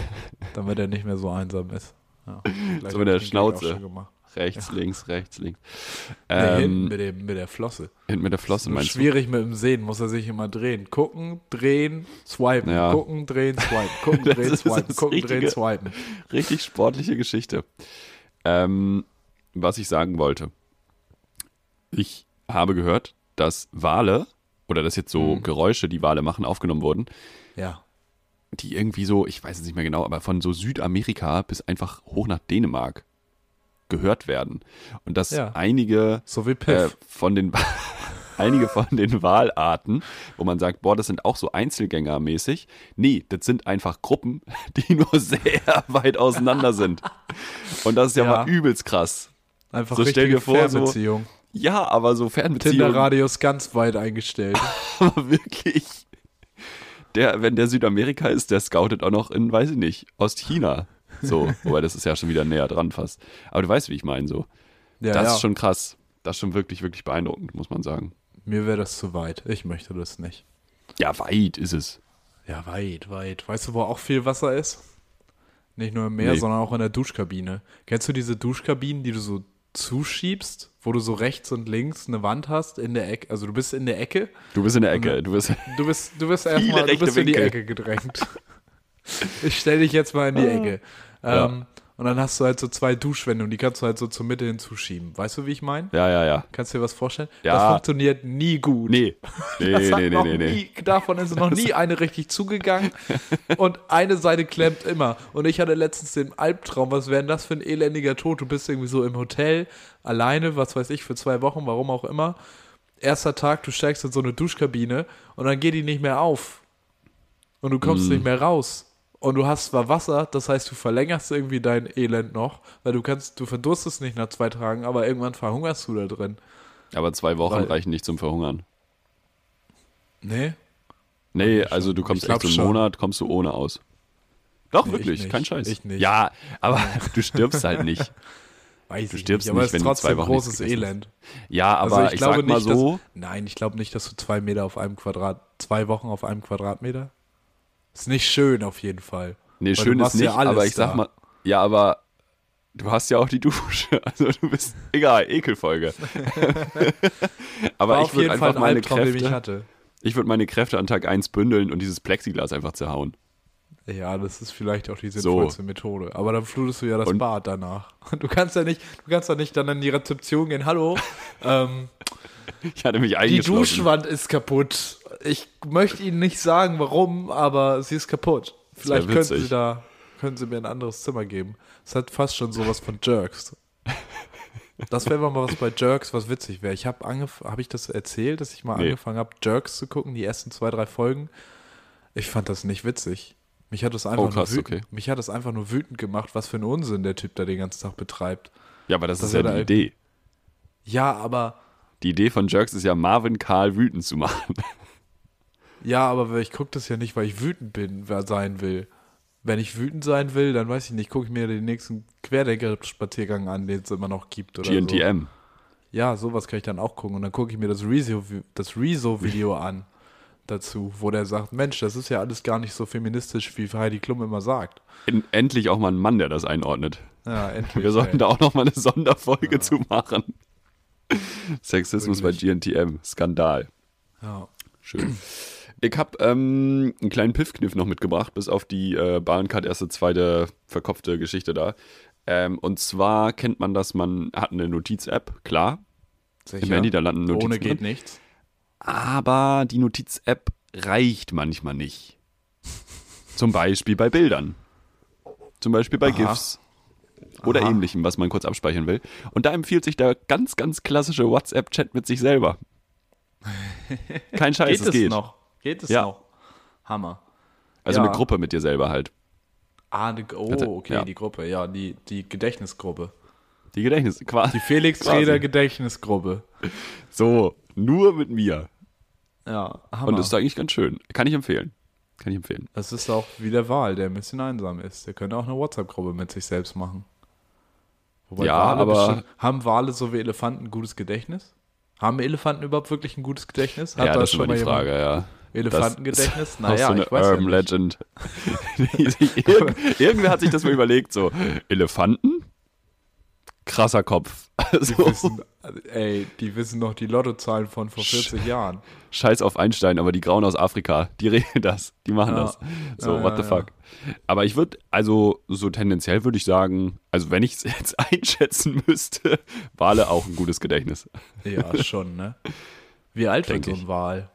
Speaker 1: damit er nicht mehr so einsam ist. Ja, vielleicht
Speaker 2: So mit der
Speaker 1: hab ich den gleich auch
Speaker 2: Schnauze.
Speaker 1: schon gemacht.
Speaker 2: Rechts, links, rechts, links.
Speaker 1: Nee,
Speaker 2: Ähm,
Speaker 1: hinten mit, dem, mit der Flosse.
Speaker 2: hinten mit der Flosse
Speaker 1: Nur
Speaker 2: meinst du?
Speaker 1: schwierig mit dem Sehen, muss er sich immer drehen. Gucken, drehen, swipen.
Speaker 2: Ja.
Speaker 1: Gucken, drehen, swipen. Gucken,
Speaker 2: Das
Speaker 1: drehen,
Speaker 2: ist
Speaker 1: swipen.
Speaker 2: das
Speaker 1: Gucken, drehen,
Speaker 2: Richtige.
Speaker 1: swipen.
Speaker 2: Richtig sportliche Geschichte. Ähm, was ich sagen wollte. Ich habe gehört, dass Wale, oder dass jetzt
Speaker 1: Mhm.
Speaker 2: so Geräusche, die Wale machen, aufgenommen wurden,
Speaker 1: Ja.
Speaker 2: die irgendwie so, ich weiß es nicht mehr genau, aber von so Südamerika bis einfach hoch nach Dänemark gehört werden. Und dass
Speaker 1: Ja.
Speaker 2: einige
Speaker 1: So wie Piff.
Speaker 2: äh, von den einige von den Wahlarten, wo man sagt, boah, das sind auch so Einzelgängermäßig. Nee, das sind einfach Gruppen, die nur sehr weit auseinander sind. Und das ist ja,
Speaker 1: Ja.
Speaker 2: mal übelst krass.
Speaker 1: Einfach
Speaker 2: Äh, so stell
Speaker 1: richtige
Speaker 2: dir vor, so
Speaker 1: Fernbeziehung.
Speaker 2: Ja, aber so Fernbeziehungen,
Speaker 1: Tinder-Radius ganz weit eingestellt.
Speaker 2: aber wirklich. Der, wenn der Südamerika ist, der scoutet auch noch in, weiß ich nicht, Ostchina. So, wobei das ist ja schon wieder näher dran fast. Aber du weißt, wie ich meine, so.
Speaker 1: Ja,
Speaker 2: das
Speaker 1: ja.
Speaker 2: ist schon krass. Das ist schon wirklich, wirklich beeindruckend, muss man sagen.
Speaker 1: Mir wäre das zu weit. Ich möchte das nicht.
Speaker 2: Ja, weit ist es.
Speaker 1: Ja, weit, weit. Weißt du, wo auch viel Wasser ist? Nicht nur im Meer,
Speaker 2: Nee.
Speaker 1: sondern auch in der Duschkabine. Kennst du diese Duschkabinen, die du so zuschiebst, wo du so rechts und links eine Wand hast in der Ecke? Also du bist in der Ecke.
Speaker 2: Du bist in der Ecke. Du bist,
Speaker 1: Du bist, du bist erstmal du
Speaker 2: rechte
Speaker 1: bist in die
Speaker 2: Winkel.
Speaker 1: Ecke gedrängt. Ich stell dich jetzt mal in die
Speaker 2: Ah.
Speaker 1: Ecke. Ähm, Und dann hast du halt so zwei Duschwände und die kannst du halt so zur Mitte hinzuschieben. Weißt du, wie ich meine?
Speaker 2: ja, ja, ja.
Speaker 1: Kannst du dir was vorstellen?
Speaker 2: Ja.
Speaker 1: Das funktioniert nie gut.
Speaker 2: Nee. Nee,
Speaker 1: Das hat
Speaker 2: nee,
Speaker 1: noch
Speaker 2: nee, nee, nee.
Speaker 1: nie, davon ist noch nie eine richtig zugegangen und eine Seite klemmt immer. Und ich hatte letztens den Albtraum, was wäre denn das für ein elendiger Tod? Du bist irgendwie so im Hotel, alleine, was weiß ich, für zwei Wochen, warum auch immer. Erster Tag, du steigst in so eine Duschkabine und dann geht die nicht mehr auf. Und du
Speaker 2: Mhm.
Speaker 1: kommst nicht mehr raus. Und du hast zwar Wasser, das heißt, du verlängerst irgendwie dein Elend noch, weil du kannst, du verdurstest nicht nach zwei Tagen, aber irgendwann verhungerst du da drin.
Speaker 2: Aber zwei Wochen
Speaker 1: Weil-
Speaker 2: reichen nicht zum Verhungern.
Speaker 1: Nee.
Speaker 2: Nee, also du kommst
Speaker 1: Ich glaub
Speaker 2: echt so einen
Speaker 1: schon.
Speaker 2: Monat, kommst du ohne aus. Doch,
Speaker 1: Nee, ich
Speaker 2: wirklich,
Speaker 1: nicht.
Speaker 2: kein Scheiß.
Speaker 1: Ich nicht.
Speaker 2: Ja, aber du stirbst halt nicht.
Speaker 1: Weiß
Speaker 2: Du
Speaker 1: ich
Speaker 2: stirbst
Speaker 1: nicht, aber
Speaker 2: nicht,
Speaker 1: es
Speaker 2: wenn
Speaker 1: ist
Speaker 2: du zwei
Speaker 1: trotzdem
Speaker 2: Wochen nichts
Speaker 1: großes
Speaker 2: gegessen hast.
Speaker 1: Elend.
Speaker 2: Ja, aber
Speaker 1: also
Speaker 2: ich,
Speaker 1: ich, glaube
Speaker 2: sag
Speaker 1: nicht,
Speaker 2: mal so,
Speaker 1: dass, nein, ich glaube nicht, dass du zwei Meter auf einem Quadrat, zwei Wochen auf einem Quadratmeter. Ist nicht schön auf jeden Fall.
Speaker 2: Nee,
Speaker 1: Weil du
Speaker 2: schön ist
Speaker 1: machst
Speaker 2: nicht,
Speaker 1: ja alles
Speaker 2: aber ich
Speaker 1: da.
Speaker 2: sag mal, ja, aber du hast ja auch die Dusche. Also du bist, egal, Ekelfolge. aber
Speaker 1: war
Speaker 2: ich
Speaker 1: auf
Speaker 2: würde
Speaker 1: jeden Fall
Speaker 2: einfach
Speaker 1: ein
Speaker 2: meine
Speaker 1: Albtraum, den ich
Speaker 2: Kräfte,
Speaker 1: hatte.
Speaker 2: ich würde meine Kräfte an Tag 1 bündeln und dieses Plexiglas einfach zerhauen.
Speaker 1: Ja, das ist vielleicht auch die sinnvollste Methode. Aber dann flutest du ja das
Speaker 2: Und-
Speaker 1: Bad danach. Du kannst ja nicht, du kannst ja nicht dann in die Rezeption gehen, hallo, ähm,
Speaker 2: Ich hatte mich
Speaker 1: die
Speaker 2: eingeschlossen.
Speaker 1: Duschwand ist kaputt. Ich möchte Ihnen nicht sagen, warum, aber sie ist kaputt.
Speaker 2: wär
Speaker 1: Vielleicht können Sie
Speaker 2: witzig.
Speaker 1: da, können Sie mir ein anderes Zimmer geben. Es hat fast schon sowas von Jerks. Das wäre mal was bei Jerks, was witzig wäre. Ich habe angefangen, habe ich das erzählt, dass ich mal
Speaker 2: Nee.
Speaker 1: angefangen habe, Jerks zu gucken, die ersten zwei, drei Folgen. Ich fand das nicht witzig. Mich hat das einfach,
Speaker 2: Oh, krass,
Speaker 1: nur, wütend,
Speaker 2: okay.
Speaker 1: mich hat das einfach nur wütend gemacht, was für ein Unsinn der Typ da den ganzen Tag betreibt.
Speaker 2: Ja, aber das,
Speaker 1: Das
Speaker 2: ist ja
Speaker 1: wäre
Speaker 2: die
Speaker 1: ein-
Speaker 2: Idee.
Speaker 1: Ja, aber
Speaker 2: Die Idee von Jerks ist ja, Marvin Karl wütend zu machen.
Speaker 1: Also- Ja, aber ich gucke das ja nicht, weil ich wütend bin, wer sein will. Wenn ich wütend sein will, dann weiß ich nicht, gucke ich mir den nächsten Querdenker-Spaziergang an, den es immer noch gibt. Oder So.
Speaker 2: GNTM.
Speaker 1: Ja, sowas kann ich dann auch gucken. Und dann gucke ich mir das Rezo-Video das Rezo -Video an dazu, wo der sagt, Mensch, das ist ja alles gar nicht so feministisch, wie Heidi Klum immer sagt.
Speaker 2: En endlich auch mal ein Mann, der das einordnet.
Speaker 1: Ja, endlich.
Speaker 2: Wir sollten
Speaker 1: ey.
Speaker 2: da auch noch mal eine Sonderfolge zu machen. Sexismus bei GNTM. Skandal.
Speaker 1: ja.
Speaker 2: Schön. Ich habe ähm, einen kleinen Piffkniff noch mitgebracht, bis auf die äh, Bahncard erste, zweite verkopfte Geschichte da. Ähm, und zwar kennt man das, man hat eine Notiz-App, klar,
Speaker 1: Sicher.
Speaker 2: im Handy, da landen Notizen
Speaker 1: Ohne geht
Speaker 2: drin.
Speaker 1: nichts.
Speaker 2: Aber die Notiz-App reicht manchmal nicht. Zum Beispiel bei Bildern. Zum Beispiel bei GIFs. Oder
Speaker 1: Aha.
Speaker 2: ähnlichem, was man kurz abspeichern will. Und da empfiehlt sich der ganz, ganz klassische WhatsApp-Chat mit sich selber. Kein Scheiß,
Speaker 1: Geht
Speaker 2: es
Speaker 1: es
Speaker 2: geht.
Speaker 1: noch? Geht es
Speaker 2: Ja.
Speaker 1: noch? Hammer.
Speaker 2: Also
Speaker 1: Ja.
Speaker 2: eine Gruppe mit dir selber halt.
Speaker 1: Ah, ne,
Speaker 2: Hatte-
Speaker 1: oh, okay,
Speaker 2: ja.
Speaker 1: die Gruppe, ja, die, die Gedächtnisgruppe.
Speaker 2: Die Gedächtnis. Quasi.
Speaker 1: Die Felix
Speaker 2: Quasi.
Speaker 1: Reder Gedächtnisgruppe.
Speaker 2: So, nur mit mir.
Speaker 1: Ja, Hammer.
Speaker 2: Und das ist eigentlich ganz schön. Kann ich empfehlen. Kann ich empfehlen.
Speaker 1: das ist auch wie der Wahl, der ein bisschen einsam ist. Der könnte auch eine WhatsApp-Gruppe mit sich selbst machen. Wobei
Speaker 2: Ja, aber-
Speaker 1: haben Wale so wie Elefanten ein gutes Gedächtnis? Haben Elefanten überhaupt wirklich ein gutes Gedächtnis?
Speaker 2: ja,
Speaker 1: da
Speaker 2: das ist immer die
Speaker 1: jemand
Speaker 2: Frage, ja.
Speaker 1: Elefantengedächtnis?
Speaker 2: Das ist
Speaker 1: Naja,
Speaker 2: auch so eine
Speaker 1: ich weiß ja
Speaker 2: Urban
Speaker 1: nicht.
Speaker 2: Legend. Die sich irgend- Irgendwer hat sich das mal überlegt, so, Elefanten? Krasser Kopf. Also,
Speaker 1: Wissen, ey, die wissen noch die Lottozahlen von vor 40 Jahren.
Speaker 2: scheiß auf Einstein, aber die Grauen aus Afrika, die reden das, die machen
Speaker 1: Ja.
Speaker 2: das. So,
Speaker 1: Ja,
Speaker 2: what
Speaker 1: ja,
Speaker 2: the
Speaker 1: ja.
Speaker 2: fuck. Aber ich würde, also so tendenziell würde ich sagen, also wenn ich es jetzt einschätzen müsste, Wale auch ein gutes Gedächtnis.
Speaker 1: Ja, schon, ne? Wie alt wird
Speaker 2: Denk
Speaker 1: so
Speaker 2: ich.
Speaker 1: ein Wal?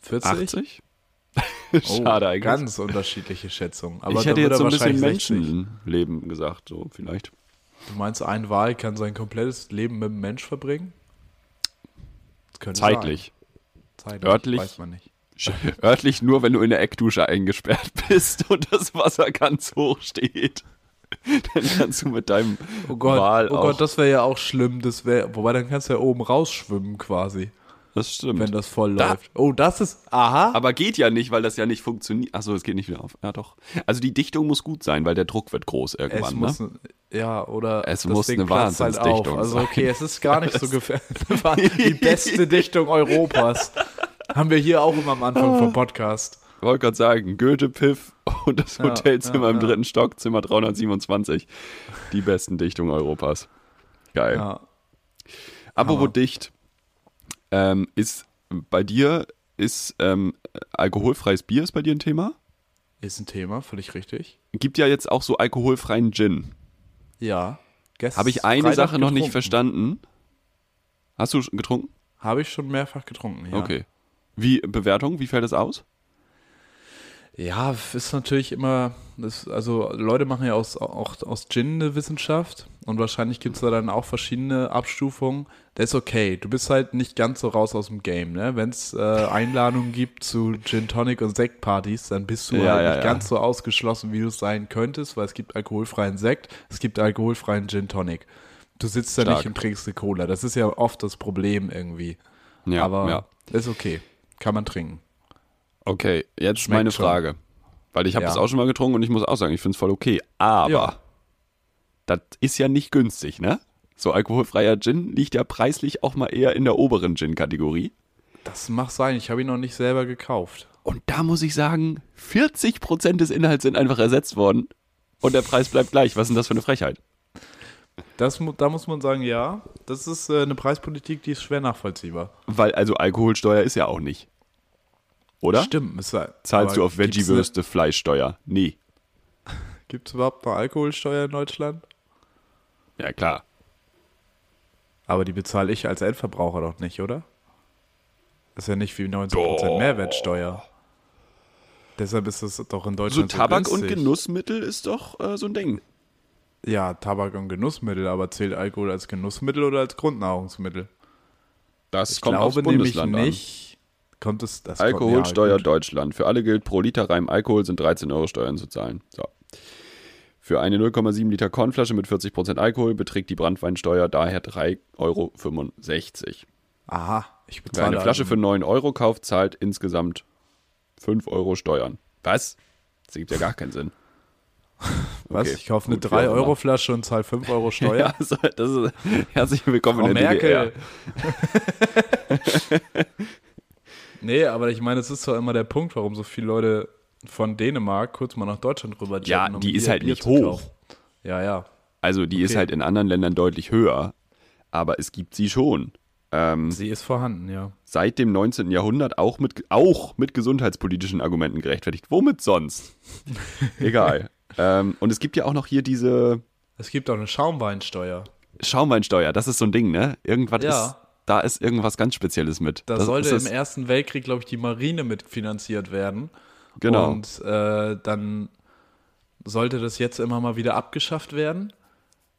Speaker 1: 40?
Speaker 2: 80?
Speaker 1: Oh,
Speaker 2: Schade eigentlich.
Speaker 1: Ganz unterschiedliche Schätzungen. Aber
Speaker 2: ich
Speaker 1: dann
Speaker 2: hätte
Speaker 1: wird
Speaker 2: jetzt
Speaker 1: er
Speaker 2: so ein bisschen
Speaker 1: wahrscheinlich 60.
Speaker 2: Menschenleben gesagt, so vielleicht.
Speaker 1: Du meinst, ein Wal kann sein komplettes Leben mit dem Mensch verbringen? Das könnte
Speaker 2: Zeitlich.
Speaker 1: Sein. Zeitlich.
Speaker 2: Örtlich.
Speaker 1: Weiß man nicht.
Speaker 2: Sch- Örtlich nur, wenn du in der Eckdusche eingesperrt bist und das Wasser ganz hoch steht. Dann kannst du mit deinem
Speaker 1: Oh Gott,
Speaker 2: Wal
Speaker 1: oh
Speaker 2: auch.
Speaker 1: Gott das wäre ja auch schlimm. Das wär, wobei, dann kannst du ja oben rausschwimmen quasi,
Speaker 2: das stimmt.
Speaker 1: wenn das voll
Speaker 2: Da-
Speaker 1: läuft. Oh, das ist. Aha.
Speaker 2: Aber geht ja nicht, weil das ja nicht funktioniert. Achso, es geht nicht wieder auf. Ja, doch. Also die Dichtung muss gut sein, weil der Druck wird groß
Speaker 1: es
Speaker 2: irgendwann.
Speaker 1: muss,
Speaker 2: ne?
Speaker 1: ja, oder
Speaker 2: Es
Speaker 1: das
Speaker 2: muss
Speaker 1: Ding
Speaker 2: eine
Speaker 1: platzt halt auf.
Speaker 2: Wahnsinnsdichtung
Speaker 1: Also
Speaker 2: sein.
Speaker 1: okay, es ist gar nicht so gefährlich. Die beste Dichtung Europas. Haben wir hier auch immer am Anfang vom Podcast.
Speaker 2: Ich wollte gerade sagen, Goethe-Piff und das Hotelzimmer
Speaker 1: ja,
Speaker 2: im
Speaker 1: ja.
Speaker 2: dritten Stock, Zimmer 327. Die besten Dichtungen Europas. Geil.
Speaker 1: Ja.
Speaker 2: Apropos dicht, ähm, ist bei dir, ist ähm, alkoholfreies Bier ist bei dir ein Thema?
Speaker 1: Ist ein Thema, völlig richtig.
Speaker 2: Gibt ja jetzt auch so alkoholfreien Gin.
Speaker 1: Ja. Gestern-
Speaker 2: Habe ich eine
Speaker 1: Freitag
Speaker 2: Sache noch nicht
Speaker 1: getrunken.
Speaker 2: verstanden. Hast du schon getrunken?
Speaker 1: Habe ich schon mehrfach getrunken, ja.
Speaker 2: Okay. Wie Bewertung, wie fällt das aus?
Speaker 1: Ja, ist natürlich immer, das, also Leute machen ja aus, auch aus Gin eine Wissenschaft und wahrscheinlich gibt es da dann auch verschiedene Abstufungen. Das ist okay, du bist halt nicht ganz so raus aus dem Game, ne? Wenn es äh, Einladungen gibt zu Gin Tonic und Sektpartys, dann bist du
Speaker 2: Ja,
Speaker 1: halt
Speaker 2: ja,
Speaker 1: nicht
Speaker 2: ja.
Speaker 1: ganz so ausgeschlossen, wie du es sein könntest, weil es gibt alkoholfreien Sekt, es gibt alkoholfreien Gin Tonic. Du sitzt da
Speaker 2: Stark.
Speaker 1: nicht und trinkst eine Cola, das ist ja oft das Problem irgendwie.
Speaker 2: Ja,
Speaker 1: Aber
Speaker 2: ja.
Speaker 1: ist okay, kann man trinken.
Speaker 2: Okay, jetzt
Speaker 1: Schmeckt
Speaker 2: meine
Speaker 1: schon.
Speaker 2: Frage. Weil ich habe
Speaker 1: Ja.
Speaker 2: das auch schon mal getrunken und ich muss auch sagen, ich finde es voll okay. Aber
Speaker 1: Ja.
Speaker 2: das ist ja nicht günstig, ne? So alkoholfreier Gin liegt ja preislich auch mal eher in der oberen Gin-Kategorie.
Speaker 1: Das mag sein, ich habe ihn noch nicht selber gekauft.
Speaker 2: Und da muss ich sagen, 40% des Inhalts sind einfach ersetzt worden und der Preis bleibt gleich. Was ist denn das für eine Frechheit?
Speaker 1: Das, mu- da muss man sagen, ja, das ist äh, eine Preispolitik, die ist schwer nachvollziehbar.
Speaker 2: Weil also Alkoholsteuer ist ja auch nicht. Oder?
Speaker 1: Stimmt. Ist halt,
Speaker 2: Zahlst du
Speaker 1: aber
Speaker 2: auf
Speaker 1: gibt's
Speaker 2: Veggie-Würste Fleischsteuer? Nee.
Speaker 1: ne- Gibt's überhaupt eine Alkoholsteuer in Deutschland?
Speaker 2: Ja, klar.
Speaker 1: Aber die bezahle ich als Endverbraucher doch nicht, oder? Das ist ja nicht wie 19% Mehrwertsteuer. Deshalb ist das doch in
Speaker 2: So
Speaker 1: Deutschland so
Speaker 2: Tabak und
Speaker 1: Also günstig.
Speaker 2: Genussmittel ist doch äh, so ein Ding.
Speaker 1: Ja, Tabak und Genussmittel, aber zählt Alkohol als Genussmittel oder als Grundnahrungsmittel?
Speaker 2: Das
Speaker 1: Ich
Speaker 2: kommt
Speaker 1: glaube
Speaker 2: aufs
Speaker 1: nämlich
Speaker 2: Bundesland an.
Speaker 1: nicht. Kommt es das kommt-
Speaker 2: Alkoholsteuer
Speaker 1: ja, gut.
Speaker 2: Deutschland. Für alle gilt, pro Liter reinem Alkohol sind 13 Euro Steuern zu zahlen. So. Für eine 0,7 Liter Kornflasche mit 40% Alkohol beträgt die Brandweinsteuer daher 3,65 Euro.
Speaker 1: Aha, ich bezahle
Speaker 2: Wer eine Flasche
Speaker 1: also-
Speaker 2: für 9 Euro kauft, zahlt insgesamt 5 Euro Steuern. Was? Das ergibt ja gar keinen Sinn.
Speaker 1: was?
Speaker 2: okay,
Speaker 1: ich kaufe eine
Speaker 2: gut, wie auch immer.
Speaker 1: 3 Euro Flasche und zahle 5 Euro Steuer.
Speaker 2: Ja, so, das ist, herzlich willkommen
Speaker 1: Frau
Speaker 2: in der DDR.
Speaker 1: Merkel. nee, aber ich meine, das ist doch immer der Punkt, warum so viele Leute von Dänemark kurz mal nach Deutschland rüber
Speaker 2: Ja,
Speaker 1: jetten, um
Speaker 2: die ist
Speaker 1: hier
Speaker 2: halt
Speaker 1: Bier
Speaker 2: nicht
Speaker 1: zu
Speaker 2: hoch.
Speaker 1: kaufen. Ja, ja.
Speaker 2: Also die ist
Speaker 1: Okay.
Speaker 2: halt in anderen Ländern deutlich höher, aber es gibt sie schon. Ähm,
Speaker 1: Sie ist vorhanden, ja.
Speaker 2: seit dem 19. Jahrhundert auch mit, auch mit gesundheitspolitischen Argumenten gerechtfertigt. Womit sonst? Egal. ähm, und es gibt ja auch noch hier diese
Speaker 1: Es gibt auch eine Schaumweinsteuer.
Speaker 2: Schaumweinsteuer. Das ist so ein Ding, ne? Irgendwas
Speaker 1: Ja.
Speaker 2: ist, da ist irgendwas ganz Spezielles mit.
Speaker 1: Da
Speaker 2: Das
Speaker 1: sollte
Speaker 2: ist
Speaker 1: im Ersten Weltkrieg, glaube ich, die Marine mitfinanziert werden.
Speaker 2: Genau.
Speaker 1: Und äh, dann sollte das jetzt immer mal wieder abgeschafft werden.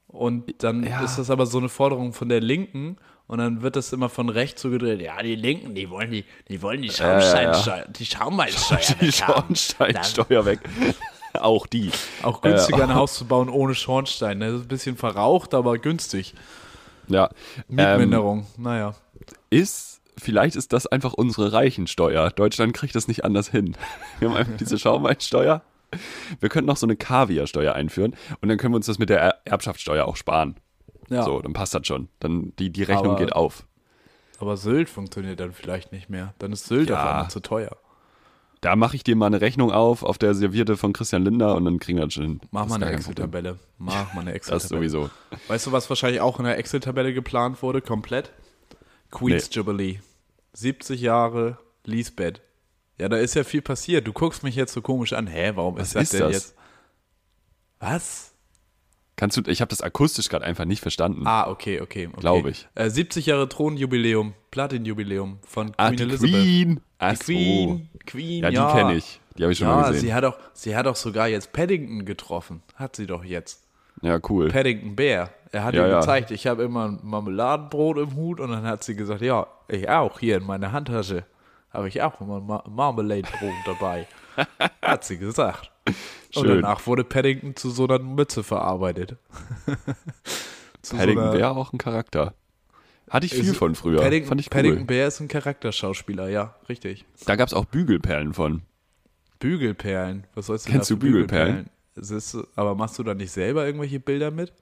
Speaker 1: Und dann
Speaker 2: Ja.
Speaker 1: ist das aber so eine Forderung von der Linken. Und dann wird das immer von rechts zugedreht. Ja, die Linken, die wollen die, die wollen die Schaumsteinsteuer, die Schaumweinsteuer
Speaker 2: die
Speaker 1: weg haben.
Speaker 2: Schornsteinsteuer weg. auch die.
Speaker 1: Auch günstiger
Speaker 2: Äh,
Speaker 1: ein Haus zu bauen ohne Schornstein. ne? Das ist ein bisschen verraucht, aber günstig.
Speaker 2: Ja. Ähm,
Speaker 1: Mietminderung, naja.
Speaker 2: ist, vielleicht ist das einfach unsere Reichensteuer. Deutschland kriegt das nicht anders hin. Wir haben einfach diese Schaumweinsteuer. Wir könnten noch so eine Kaviarsteuer einführen und dann können wir uns das mit der Er- Erbschaftssteuer auch sparen.
Speaker 1: Ja.
Speaker 2: So, dann passt das schon. Dann die, die Rechnung
Speaker 1: Aber-
Speaker 2: geht auf.
Speaker 1: Aber Sylt funktioniert dann vielleicht nicht mehr. Dann ist Sylt auf
Speaker 2: Ja.
Speaker 1: einmal zu teuer.
Speaker 2: Da mache ich dir mal eine Rechnung auf, auf der Serviette von Christian Linder und dann kriegen wir das schon.
Speaker 1: Mach
Speaker 2: das
Speaker 1: mal
Speaker 2: ist
Speaker 1: eine
Speaker 2: gar kein Problem.
Speaker 1: Excel-Tabelle. Mach mal eine
Speaker 2: Das
Speaker 1: Excel-Tabelle.
Speaker 2: sowieso.
Speaker 1: Weißt du, was wahrscheinlich auch in der Excel-Tabelle geplant wurde, komplett? Queen's
Speaker 2: Nee.
Speaker 1: Jubilee. 70 Jahre Lisbeth. Ja, da ist ja viel passiert. Du guckst mich jetzt so komisch an. Hä, warum ist das
Speaker 2: ist
Speaker 1: denn
Speaker 2: das?
Speaker 1: jetzt? Was?
Speaker 2: Kannst du, ich habe das akustisch gerade einfach nicht verstanden.
Speaker 1: Ah, okay, okay. okay.
Speaker 2: Glaube ich.
Speaker 1: Äh, 70 Jahre Thronjubiläum, Platinjubiläum von
Speaker 2: Ah,
Speaker 1: Queen
Speaker 2: die
Speaker 1: Elizabeth.
Speaker 2: Queen.
Speaker 1: Die
Speaker 2: Ach so.
Speaker 1: Queen, Queen,
Speaker 2: Ja, die kenne ich. Die habe ich schon mal
Speaker 1: Ja,
Speaker 2: gesehen.
Speaker 1: sie hat, auch, sie hat auch sogar jetzt Paddington getroffen. Hat sie doch jetzt.
Speaker 2: Ja, cool.
Speaker 1: Paddington Bär. Er hat
Speaker 2: Ja,
Speaker 1: ihr
Speaker 2: ja.
Speaker 1: gezeigt, ich habe immer ein Marmeladenbrot im Hut und dann hat sie gesagt, ja, ich auch, hier in meiner Handtasche habe ich auch immer ein Mar Marmeladenbrot dabei. hat sie gesagt. Und
Speaker 2: Schön.
Speaker 1: danach wurde Paddington zu so einer Mütze verarbeitet. zu
Speaker 2: Paddington Bär auch ein Charakter. Hatte ich viel
Speaker 1: Ist-
Speaker 2: von früher.
Speaker 1: Paddington,
Speaker 2: Fand ich
Speaker 1: Paddington
Speaker 2: cool.
Speaker 1: Bär ist ein Charakterschauspieler, ja, richtig.
Speaker 2: Da gab es auch Bügelperlen von.
Speaker 1: Bügelperlen, was sollst du
Speaker 2: Kennst
Speaker 1: da
Speaker 2: du
Speaker 1: für
Speaker 2: Bügelperlen?
Speaker 1: Es ist, aber machst du da nicht selber irgendwelche Bilder mit?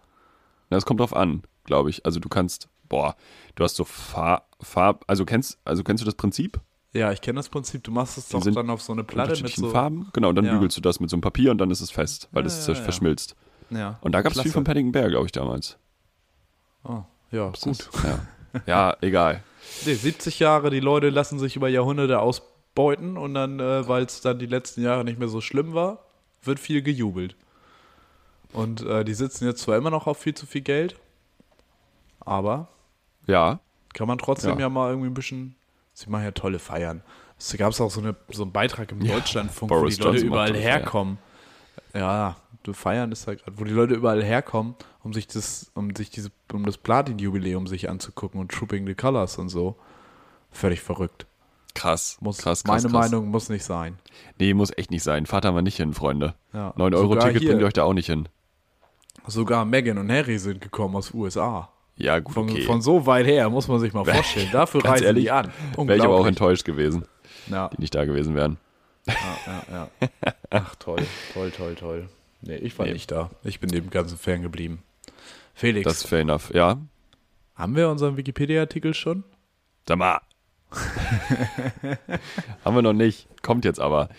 Speaker 2: Das kommt drauf an, glaube ich. Also du kannst, boah, du hast so Farb, Farb also kennst, also kennst du das Prinzip?
Speaker 1: Ja, ich kenne das Prinzip. Du machst es doch
Speaker 2: sind
Speaker 1: dann auf so eine Platte mit
Speaker 2: Unterschiedlichen
Speaker 1: so.
Speaker 2: Farben. Genau, und dann
Speaker 1: Ja.
Speaker 2: bügelst du das mit so einem Papier und dann ist es fest, weil
Speaker 1: Ja,
Speaker 2: das
Speaker 1: ja, ja.
Speaker 2: verschmilzt.
Speaker 1: Ja.
Speaker 2: Und da gab es viel
Speaker 1: Klasse.
Speaker 2: von Paddington Bear, glaube ich, damals.
Speaker 1: Oh, ja, gut.
Speaker 2: Das- Ja, ja egal.
Speaker 1: Nee, 70 Jahre, die Leute lassen sich über Jahrhunderte ausbeuten und dann, äh, weil es dann die letzten Jahre nicht mehr so schlimm war, wird viel gejubelt. Und äh, die sitzen jetzt zwar immer noch auf viel zu viel Geld, aber
Speaker 2: Ja,
Speaker 1: kann man trotzdem
Speaker 2: Ja.
Speaker 1: ja, mal irgendwie ein bisschen. Sie machen ja tolle Feiern. Es gab es auch so, eine, so einen Beitrag im Deutschlandfunk, wo die
Speaker 2: Boris
Speaker 1: Leute
Speaker 2: Johnson macht
Speaker 1: überall
Speaker 2: tolle Feiern.
Speaker 1: herkommen. Ja, du feiern ist halt, wo die Leute überall herkommen, um sich das, um sich diese, um das Platin-Jubiläum sich anzugucken und Trooping the Colors und so. Völlig verrückt.
Speaker 2: krass.
Speaker 1: Muss,
Speaker 2: krass, krass,
Speaker 1: meine
Speaker 2: krass.
Speaker 1: Meinung muss nicht sein.
Speaker 2: Nee, muss echt nicht sein. Fahrt da mal nicht hin, Freunde.
Speaker 1: Ja.
Speaker 2: 9-Euro-Ticket
Speaker 1: Sogar hier.
Speaker 2: bringt euch da auch nicht hin.
Speaker 1: Sogar Meghan und Harry sind gekommen aus USA.
Speaker 2: Ja, gut,
Speaker 1: Von,
Speaker 2: okay.
Speaker 1: von so weit her, muss man sich mal vorstellen. Dafür
Speaker 2: Ganz
Speaker 1: reisen
Speaker 2: ehrlich,
Speaker 1: die an.
Speaker 2: Wäre ich aber auch
Speaker 1: Unglaublich.
Speaker 2: enttäuscht gewesen,
Speaker 1: Ja.
Speaker 2: die nicht da gewesen wären.
Speaker 1: Ja, ja, ja. Ach, toll, toll, toll, toll. Nee, ich war
Speaker 2: Nee.
Speaker 1: nicht da. Ich bin dem Ganzen ferngeblieben. Felix,
Speaker 2: Das ist fair enough. Ja,
Speaker 1: haben wir unseren Wikipedia-Artikel schon?
Speaker 2: Sag mal. Haben wir noch nicht. Kommt jetzt aber.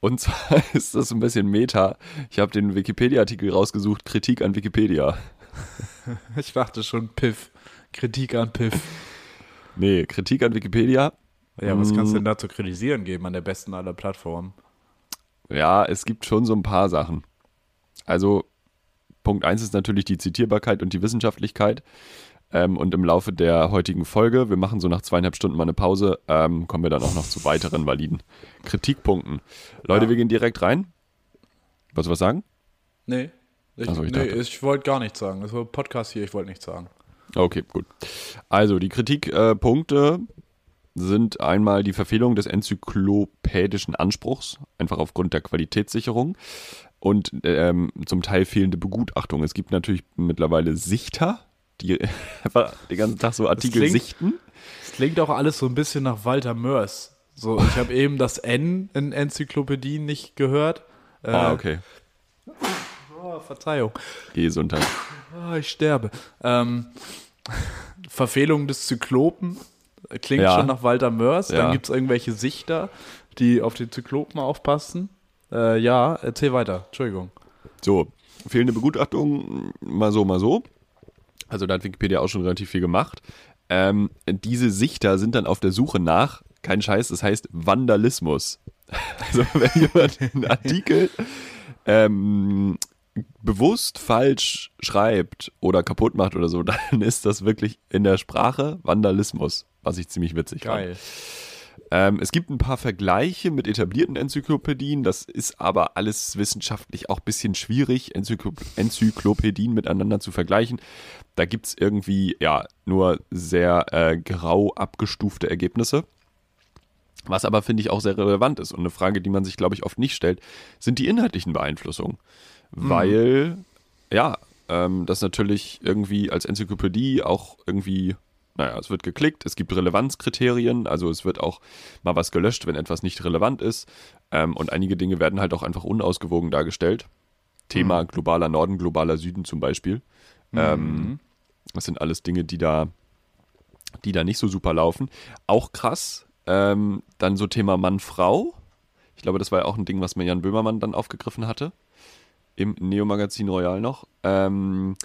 Speaker 2: Und zwar ist das ein bisschen Meta. Ich habe den Wikipedia-Artikel rausgesucht, Kritik an Wikipedia.
Speaker 1: Ich dachte schon, Piff. Kritik an Piff.
Speaker 2: Nee, Kritik an Wikipedia.
Speaker 1: Ja, was kannst du denn da zu kritisieren geben an der besten aller Plattformen?
Speaker 2: Ja, es gibt schon so ein paar Sachen. Also, Punkt 1 ist natürlich die Zitierbarkeit und die Wissenschaftlichkeit. Ähm, und im Laufe der heutigen Folge, wir machen so nach zweieinhalb Stunden mal eine Pause, ähm, kommen wir dann auch noch zu weiteren validen Kritikpunkten. Leute,
Speaker 1: Ja.
Speaker 2: wir gehen direkt rein. Wolltest du was sagen?
Speaker 1: Nee. Ich,
Speaker 2: Ach so, Also, ich
Speaker 1: nee,
Speaker 2: dachte.
Speaker 1: ich wollte gar nichts sagen. Das war ein Podcast hier, ich wollte nichts sagen.
Speaker 2: Okay, gut. Also die Kritikpunkte äh, Punkte sind einmal die Verfehlung des enzyklopädischen Anspruchs, einfach aufgrund der Qualitätssicherung und ähm, zum Teil fehlende Begutachtung. Es gibt natürlich mittlerweile Sichter, die einfach den ganzen Tag so Artikel
Speaker 1: klingt-
Speaker 2: sichten.
Speaker 1: Es klingt auch alles so ein bisschen nach Walter Mörs. So, ich habe eben das N in Enzyklopädien nicht gehört. Äh,
Speaker 2: Ah, okay.
Speaker 1: oh, Verzeihung.
Speaker 2: Gesundheit.
Speaker 1: Ah, ich sterbe. Ähm, Verfehlung des Zyklopen klingt
Speaker 2: Ja.
Speaker 1: schon nach Walter Mörs.
Speaker 2: Ja.
Speaker 1: Dann gibt es irgendwelche Sichter, die auf den Zyklopen aufpassen. Äh, ja, erzähl weiter. Entschuldigung.
Speaker 2: So, fehlende Begutachtung, mal so, mal so. Also da hat Wikipedia auch schon relativ viel gemacht. Ähm, diese Sichter sind dann auf der Suche nach, kein Scheiß, das heißt Vandalismus. Also wenn jemand einen Artikel ähm, bewusst falsch schreibt oder kaputt macht oder so, dann ist das wirklich in der Sprache Vandalismus, was ich ziemlich witzig fand. Ähm, es gibt ein paar Vergleiche mit etablierten Enzyklopädien. Das ist aber alles wissenschaftlich auch ein bisschen schwierig, Enzyklop Enzyklopädien miteinander zu vergleichen. Da gibt es irgendwie ja nur sehr äh, grau abgestufte Ergebnisse. Was aber, finde ich, auch sehr relevant ist und eine Frage, die man sich, glaube ich, oft nicht stellt, sind die inhaltlichen Beeinflussungen.
Speaker 1: Hm.
Speaker 2: Weil, ja, ähm, das natürlich irgendwie als Enzyklopädie auch irgendwie, naja, es wird geklickt, es gibt Relevanzkriterien, also es wird auch mal was gelöscht, wenn etwas nicht relevant ist. Ähm, und einige Dinge werden halt auch einfach unausgewogen dargestellt. Thema globaler Norden, globaler Süden zum Beispiel.
Speaker 1: Hm.
Speaker 2: Ähm, das sind alles Dinge, die da, die da nicht so super laufen. Auch krass, ähm, dann so Thema Mann-Frau. Ich glaube, das war ja auch ein Ding, was mir Jan Böhmermann dann aufgegriffen hatte. Im Neo-Magazin Royal noch. Ähm,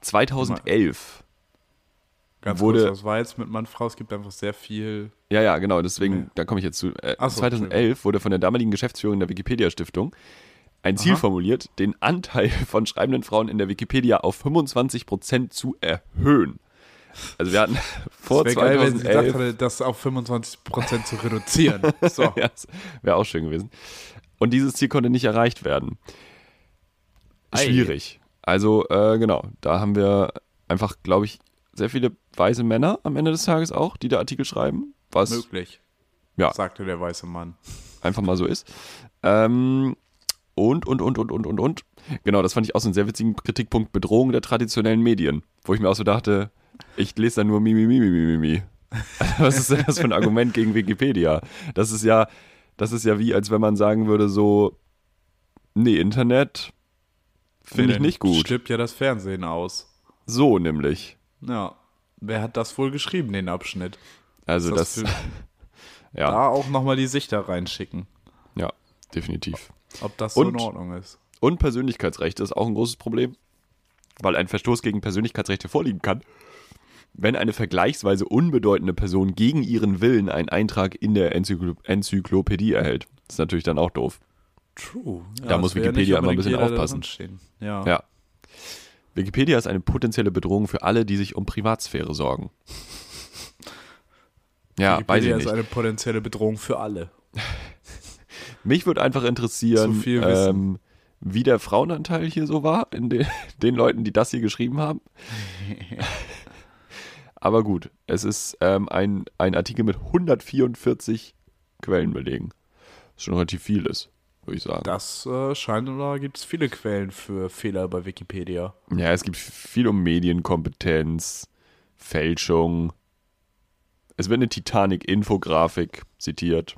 Speaker 2: 2011.
Speaker 1: Ganz
Speaker 2: Wurde-
Speaker 1: kurz, das war jetzt mit Mann, Frau, es gibt einfach sehr viel.
Speaker 2: Ja, ja, genau, deswegen, da komme ich jetzt zu. Äh,
Speaker 1: Ach so,
Speaker 2: 2011 wurde von der damaligen Geschäftsführung der Wikipedia-Stiftung ein Ziel
Speaker 1: Aha.
Speaker 2: formuliert, den Anteil von schreibenden Frauen in der Wikipedia auf 25% zu erhöhen. Also wir hatten vor
Speaker 1: Wäre geil, wenn sie
Speaker 2: 2011...
Speaker 1: gesagt hatte, das auf 25% zu reduzieren. So.
Speaker 2: Ja, wäre auch schön gewesen. Und dieses Ziel konnte nicht erreicht werden.
Speaker 1: Ei.
Speaker 2: Schwierig. Also, äh, genau, da haben wir einfach, glaube ich, sehr viele weise Männer am Ende des Tages auch, die da Artikel schreiben, was
Speaker 1: Möglich.
Speaker 2: Ja.
Speaker 1: Sagte der weiße Mann.
Speaker 2: einfach mal so ist. Ähm, und, und, und, und, und, und, und. Genau, das fand ich auch so einen sehr witzigen Kritikpunkt: Bedrohung der traditionellen Medien, wo ich mir auch so dachte, ich lese da nur Mimi, Mimi, Mimi, Mimi. Was ist denn das für ein Argument gegen Wikipedia? Das ist ja, das ist ja wie, als wenn man sagen würde, so, nee, Internet finde ich
Speaker 1: Dann
Speaker 2: nicht gut.
Speaker 1: Stirbt ja das Fernsehen aus.
Speaker 2: So nämlich.
Speaker 1: Ja. Wer hat das wohl geschrieben, den Abschnitt?
Speaker 2: Also das,
Speaker 1: für-
Speaker 2: ja,
Speaker 1: da auch nochmal die Sichter reinschicken,
Speaker 2: ja, definitiv.
Speaker 1: ob das so
Speaker 2: Und-
Speaker 1: in Ordnung ist.
Speaker 2: Und Persönlichkeitsrechte ist auch ein großes Problem, weil ein Verstoß gegen Persönlichkeitsrechte vorliegen kann, wenn eine vergleichsweise unbedeutende Person gegen ihren Willen einen Eintrag in der Enzyklo Enzyklopädie erhält. Das ist natürlich dann auch doof.
Speaker 1: True. Ja,
Speaker 2: Da muss
Speaker 1: das wär ja
Speaker 2: Wikipedia
Speaker 1: nicht
Speaker 2: immer ein bisschen
Speaker 1: unbedingt jeder, der
Speaker 2: aufpassen.
Speaker 1: drin stehen. Ja.
Speaker 2: Ja. Wikipedia ist eine potenzielle Bedrohung für alle, die sich um Privatsphäre sorgen. Ja, weiß ich
Speaker 1: Wikipedia
Speaker 2: nicht.
Speaker 1: ist eine potenzielle Bedrohung für alle.
Speaker 2: Mich würde einfach interessieren,
Speaker 1: Zu viel Wissen.
Speaker 2: ähm, wie der Frauenanteil hier so war, in den, den Leuten, die das hier geschrieben haben. Aber gut, es ist ähm, ein, ein Artikel mit 144 Quellenbelegen. Was schon relativ viel ist, würde ich sagen.
Speaker 1: Das äh, scheint, da gibt es viele Quellen für Fehler bei Wikipedia.
Speaker 2: Ja, es geht viel um Medienkompetenz, Fälschung. Es wird eine Titanic-Infografik zitiert.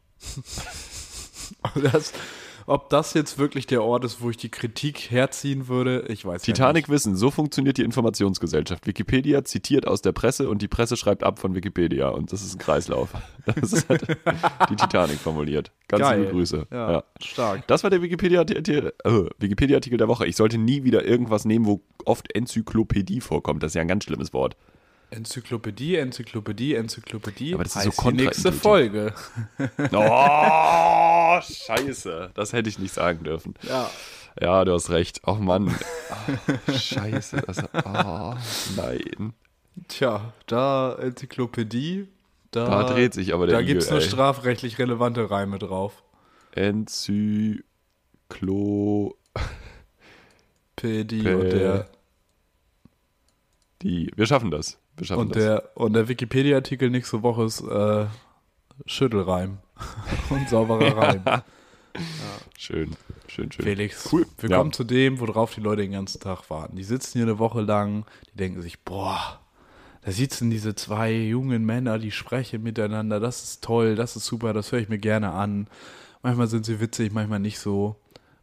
Speaker 1: Das, ob das jetzt wirklich der Ort ist, wo ich die Kritik herziehen würde, ich weiß
Speaker 2: Titanic Wissen, so funktioniert die Informationsgesellschaft. Wikipedia zitiert aus der Presse und die Presse schreibt ab von Wikipedia und das ist ein Kreislauf. Das hat die Titanic formuliert. Ganz
Speaker 1: Geil.
Speaker 2: liebe Grüße.
Speaker 1: Ja, stark.
Speaker 2: Das war der Wikipedia-Artikel äh, Wikipedia der Woche. Ich sollte nie wieder irgendwas nehmen, wo oft Enzyklopädie vorkommt. Das ist ja ein ganz schlimmes Wort.
Speaker 1: ja. Enzyklopädie, Enzyklopädie, Enzyklopädie.
Speaker 2: Aber das ist
Speaker 1: heißt
Speaker 2: so
Speaker 1: die nächste
Speaker 2: kontraintuitiv.
Speaker 1: Folge.
Speaker 2: Oh, scheiße. Das hätte ich nicht sagen dürfen.
Speaker 1: Ja.
Speaker 2: Ja, du hast recht. Oh Mann. Ah, scheiße. Das, oh, nein.
Speaker 1: Tja, da Enzyklopädie, da,
Speaker 2: Da dreht sich aber der
Speaker 1: Ah,
Speaker 2: E
Speaker 1: Da gibt es
Speaker 2: Igel,
Speaker 1: nur
Speaker 2: ey.
Speaker 1: strafrechtlich relevante Reime drauf.
Speaker 2: Enzyklo...
Speaker 1: Pädie
Speaker 2: Pä-
Speaker 1: und der
Speaker 2: Die. Wir schaffen das. Wir schaffen
Speaker 1: und
Speaker 2: das.
Speaker 1: der und der Wikipedia-Artikel nächste Woche ist äh, Schüttelreim und sauberer Reim.
Speaker 2: Schön. Schön, schön.
Speaker 1: Felix,
Speaker 2: Cool.
Speaker 1: wir
Speaker 2: Ja.
Speaker 1: kommen zu dem, worauf die Leute den ganzen Tag warten. Die sitzen hier eine Woche lang, die denken sich, boah, da sitzen diese zwei jungen Männer, die sprechen miteinander, das ist toll, das ist super, das höre ich mir gerne an. Manchmal sind sie witzig, manchmal nicht so.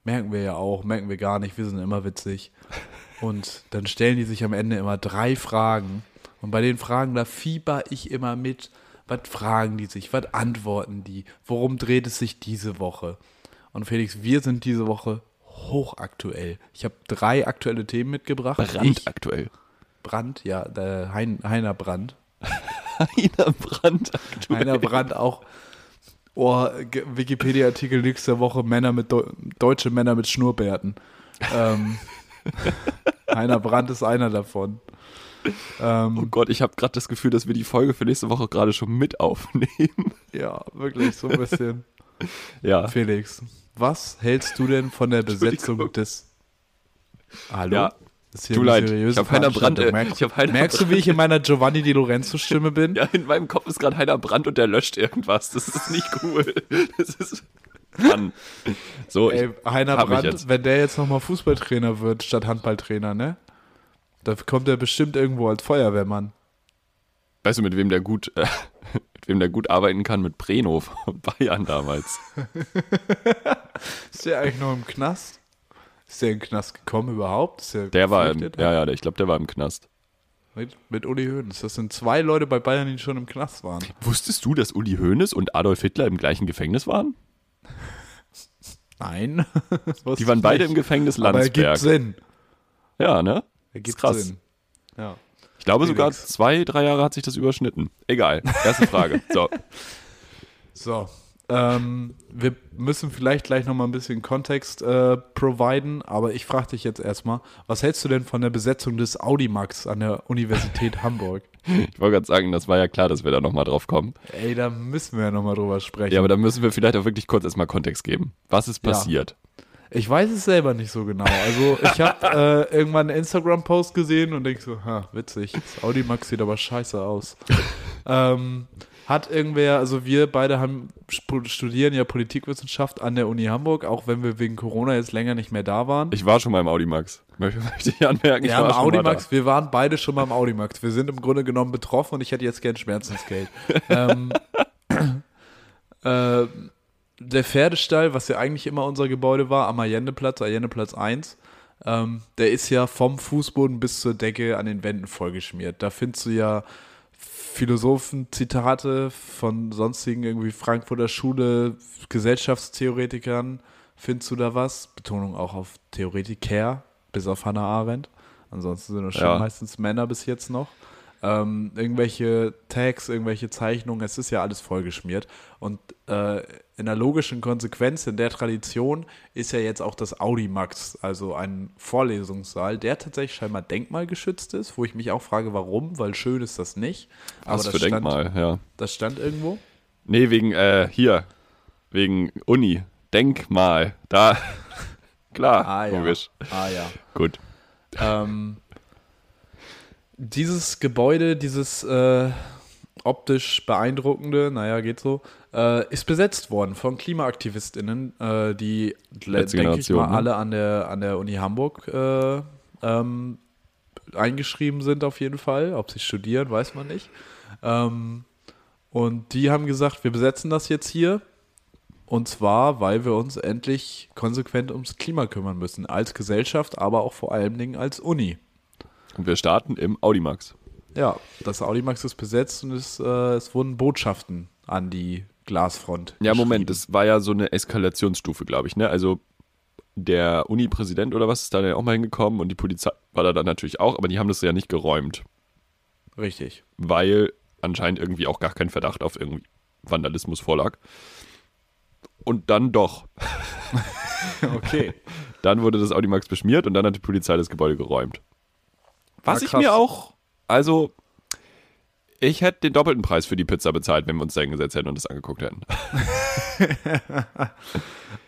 Speaker 1: Merken wir ja auch, merken wir gar nicht, wir sind immer witzig. Und dann stellen die sich am Ende immer drei Fragen. Und bei den Fragen, da fieber ich immer mit. Was fragen die sich? Was antworten die? Worum dreht es sich diese Woche? Und Felix, wir sind diese Woche hochaktuell. Ich habe drei aktuelle Themen mitgebracht. Ich,
Speaker 2: Brandaktuell.
Speaker 1: Brand, ja, der Hein, Heiner Brand.
Speaker 2: Heiner Brandaktuell.
Speaker 1: Heiner Brand auch. Oh, G- Wikipedia-Artikel nächste Woche: Männer mit Deu deutsche Männer mit Schnurrbärten. Ähm, Heiner Brand ist einer davon.
Speaker 2: Oh
Speaker 1: Ähm,
Speaker 2: Gott, ich habe gerade das Gefühl, dass wir die Folge für nächste Woche gerade schon mit aufnehmen.
Speaker 1: ja, wirklich so ein bisschen.
Speaker 2: Ja.
Speaker 1: Felix, was hältst du denn von der Besetzung
Speaker 2: Entschuldigung.
Speaker 1: des. Hallo?
Speaker 2: Ja.
Speaker 1: Ist hier
Speaker 2: Tut
Speaker 1: eine
Speaker 2: leid.
Speaker 1: seriöse
Speaker 2: Ich hab Heiner Brandt,
Speaker 1: Veranstaltung.
Speaker 2: äh,
Speaker 1: Merkst,
Speaker 2: ich hab Heiner
Speaker 1: merkst du, wie ich in meiner Giovanni Di Lorenzo-Stimme bin?
Speaker 2: Ja, in meinem Kopf ist gerade Heiner Brand und der löscht irgendwas. Das ist nicht cool. Das ist. Mann. So, ich,
Speaker 1: Ey, Heiner
Speaker 2: hab mich
Speaker 1: Brandt,
Speaker 2: jetzt.
Speaker 1: wenn der jetzt nochmal Fußballtrainer wird statt Handballtrainer, ne? Da kommt er bestimmt irgendwo als Feuerwehrmann.
Speaker 2: weißt du, mit wem der gut, äh, mit wem der gut arbeiten kann? Mit Breno von Bayern damals.
Speaker 1: Ist der eigentlich noch im Knast? Ist der in den Knast gekommen überhaupt? Ist
Speaker 2: Der war im,
Speaker 1: geflüchtet?
Speaker 2: ja, ja, der- ich glaube, der war im Knast.
Speaker 1: mit, mit Uli Hoeneß. Das sind zwei Leute bei Bayern, die schon im Knast waren.
Speaker 2: Wusstest du, dass Uli Hoeneß und Adolf Hitler im gleichen Gefängnis waren?
Speaker 1: Nein.
Speaker 2: Die waren beide im Gefängnis
Speaker 1: Aber ergibt
Speaker 2: Landsberg.
Speaker 1: Sinn.
Speaker 2: Ja, ne?
Speaker 1: Ergibt
Speaker 2: krass.
Speaker 1: Sinn. Ja.
Speaker 2: Ich glaube sogar
Speaker 1: Felix.
Speaker 2: zwei, drei Jahre hat sich das überschnitten. Egal. Erste Frage. So.
Speaker 1: So. Ähm, wir müssen vielleicht gleich nochmal ein bisschen Kontext äh, providen, aber ich frage dich jetzt erstmal, was hältst du denn von der Besetzung des Audimax an der Universität Hamburg?
Speaker 2: Ich wollte gerade sagen, das war ja klar, dass wir da nochmal drauf kommen.
Speaker 1: Ey, da müssen wir ja nochmal drüber sprechen.
Speaker 2: Ja, aber da müssen wir vielleicht auch wirklich kurz erstmal Kontext geben. Was ist
Speaker 1: Ja.
Speaker 2: passiert?
Speaker 1: ich weiß es selber nicht so genau. Also ich habe äh, irgendwann einen Instagram-Post gesehen und denke so, ha, witzig, das Audimax sieht aber scheiße aus. ähm, hat irgendwer, also wir beide haben, sp- studieren ja Politikwissenschaft an der Uni Hamburg, auch wenn wir wegen Corona jetzt länger nicht mehr da waren.
Speaker 2: Ich war schon mal im Audimax. Mö- Möchte ich anmerken. ich
Speaker 1: Ja,
Speaker 2: war
Speaker 1: im
Speaker 2: schon mal
Speaker 1: Audimax, wir waren beide schon mal im Audimax. Wir sind im Grunde genommen betroffen und ich hätte jetzt gern Schmerzensgeld. ähm, äh, der Pferdestall, was ja eigentlich immer unser Gebäude war, am Allendeplatz, Allendeplatz 1, ähm, der ist ja vom Fußboden bis zur Decke an den Wänden vollgeschmiert. Da findest du ja Philosophen-Zitate von sonstigen irgendwie Frankfurter Schule, Gesellschaftstheoretikern, findest du da was? Betonung auch auf Theoretiker, bis auf Hannah Arendt. Ansonsten sind das schon
Speaker 2: Ja.
Speaker 1: meistens Männer bis jetzt noch. Ähm, irgendwelche Tags, irgendwelche Zeichnungen, es ist ja alles vollgeschmiert. Und äh, in der logischen Konsequenz, in der Tradition, ist ja jetzt auch das Audimax, also ein Vorlesungssaal, der tatsächlich scheinbar denkmalgeschützt ist, wo ich mich auch frage, warum, weil schön ist das nicht.
Speaker 2: da. Was
Speaker 1: das
Speaker 2: für
Speaker 1: stand,
Speaker 2: Denkmal, ja.
Speaker 1: Das stand irgendwo.
Speaker 2: Nee, wegen, äh, hier. Wegen Uni. Denkmal. Da. Klar, logisch.
Speaker 1: Ah ja.
Speaker 2: Gut.
Speaker 1: ähm, dieses Gebäude, dieses äh, optisch beeindruckende, naja, geht so, äh, ist besetzt worden von KlimaaktivistInnen, äh, die, le-
Speaker 2: Letzte
Speaker 1: denke ich
Speaker 2: Generation,
Speaker 1: mal,
Speaker 2: ne?
Speaker 1: alle an der, an der Uni Hamburg äh, ähm, eingeschrieben sind auf jeden Fall. Ob sie studieren, weiß man nicht. Ähm, und die haben gesagt, wir besetzen das jetzt hier Und zwar, weil wir uns endlich konsequent ums Klima kümmern müssen. Als Gesellschaft, aber auch vor allen Dingen als Uni.
Speaker 2: Und wir starten im Audimax.
Speaker 1: Ja, das Audimax ist besetzt und es, äh, es wurden Botschaften an die Glasfront.
Speaker 2: Ja,
Speaker 1: geschrieben.
Speaker 2: Moment, das war ja so eine Eskalationsstufe, glaube ich. Ne? Also der Uni-Präsident oder was ist da dann auch mal hingekommen und die Polizei war da dann natürlich auch, aber die haben das ja nicht geräumt,
Speaker 1: Richtig.
Speaker 2: weil anscheinend irgendwie auch gar kein Verdacht auf irgendwie Vandalismus vorlag. Und dann doch.
Speaker 1: Okay.
Speaker 2: Dann wurde das Audimax beschmiert und dann hat die Polizei das Gebäude geräumt. Was
Speaker 1: Ah,
Speaker 2: ich
Speaker 1: krass.
Speaker 2: mir auch, also ich hätte den doppelten Preis für die Pizza bezahlt, wenn wir uns da hingesetzt hätten und das angeguckt hätten.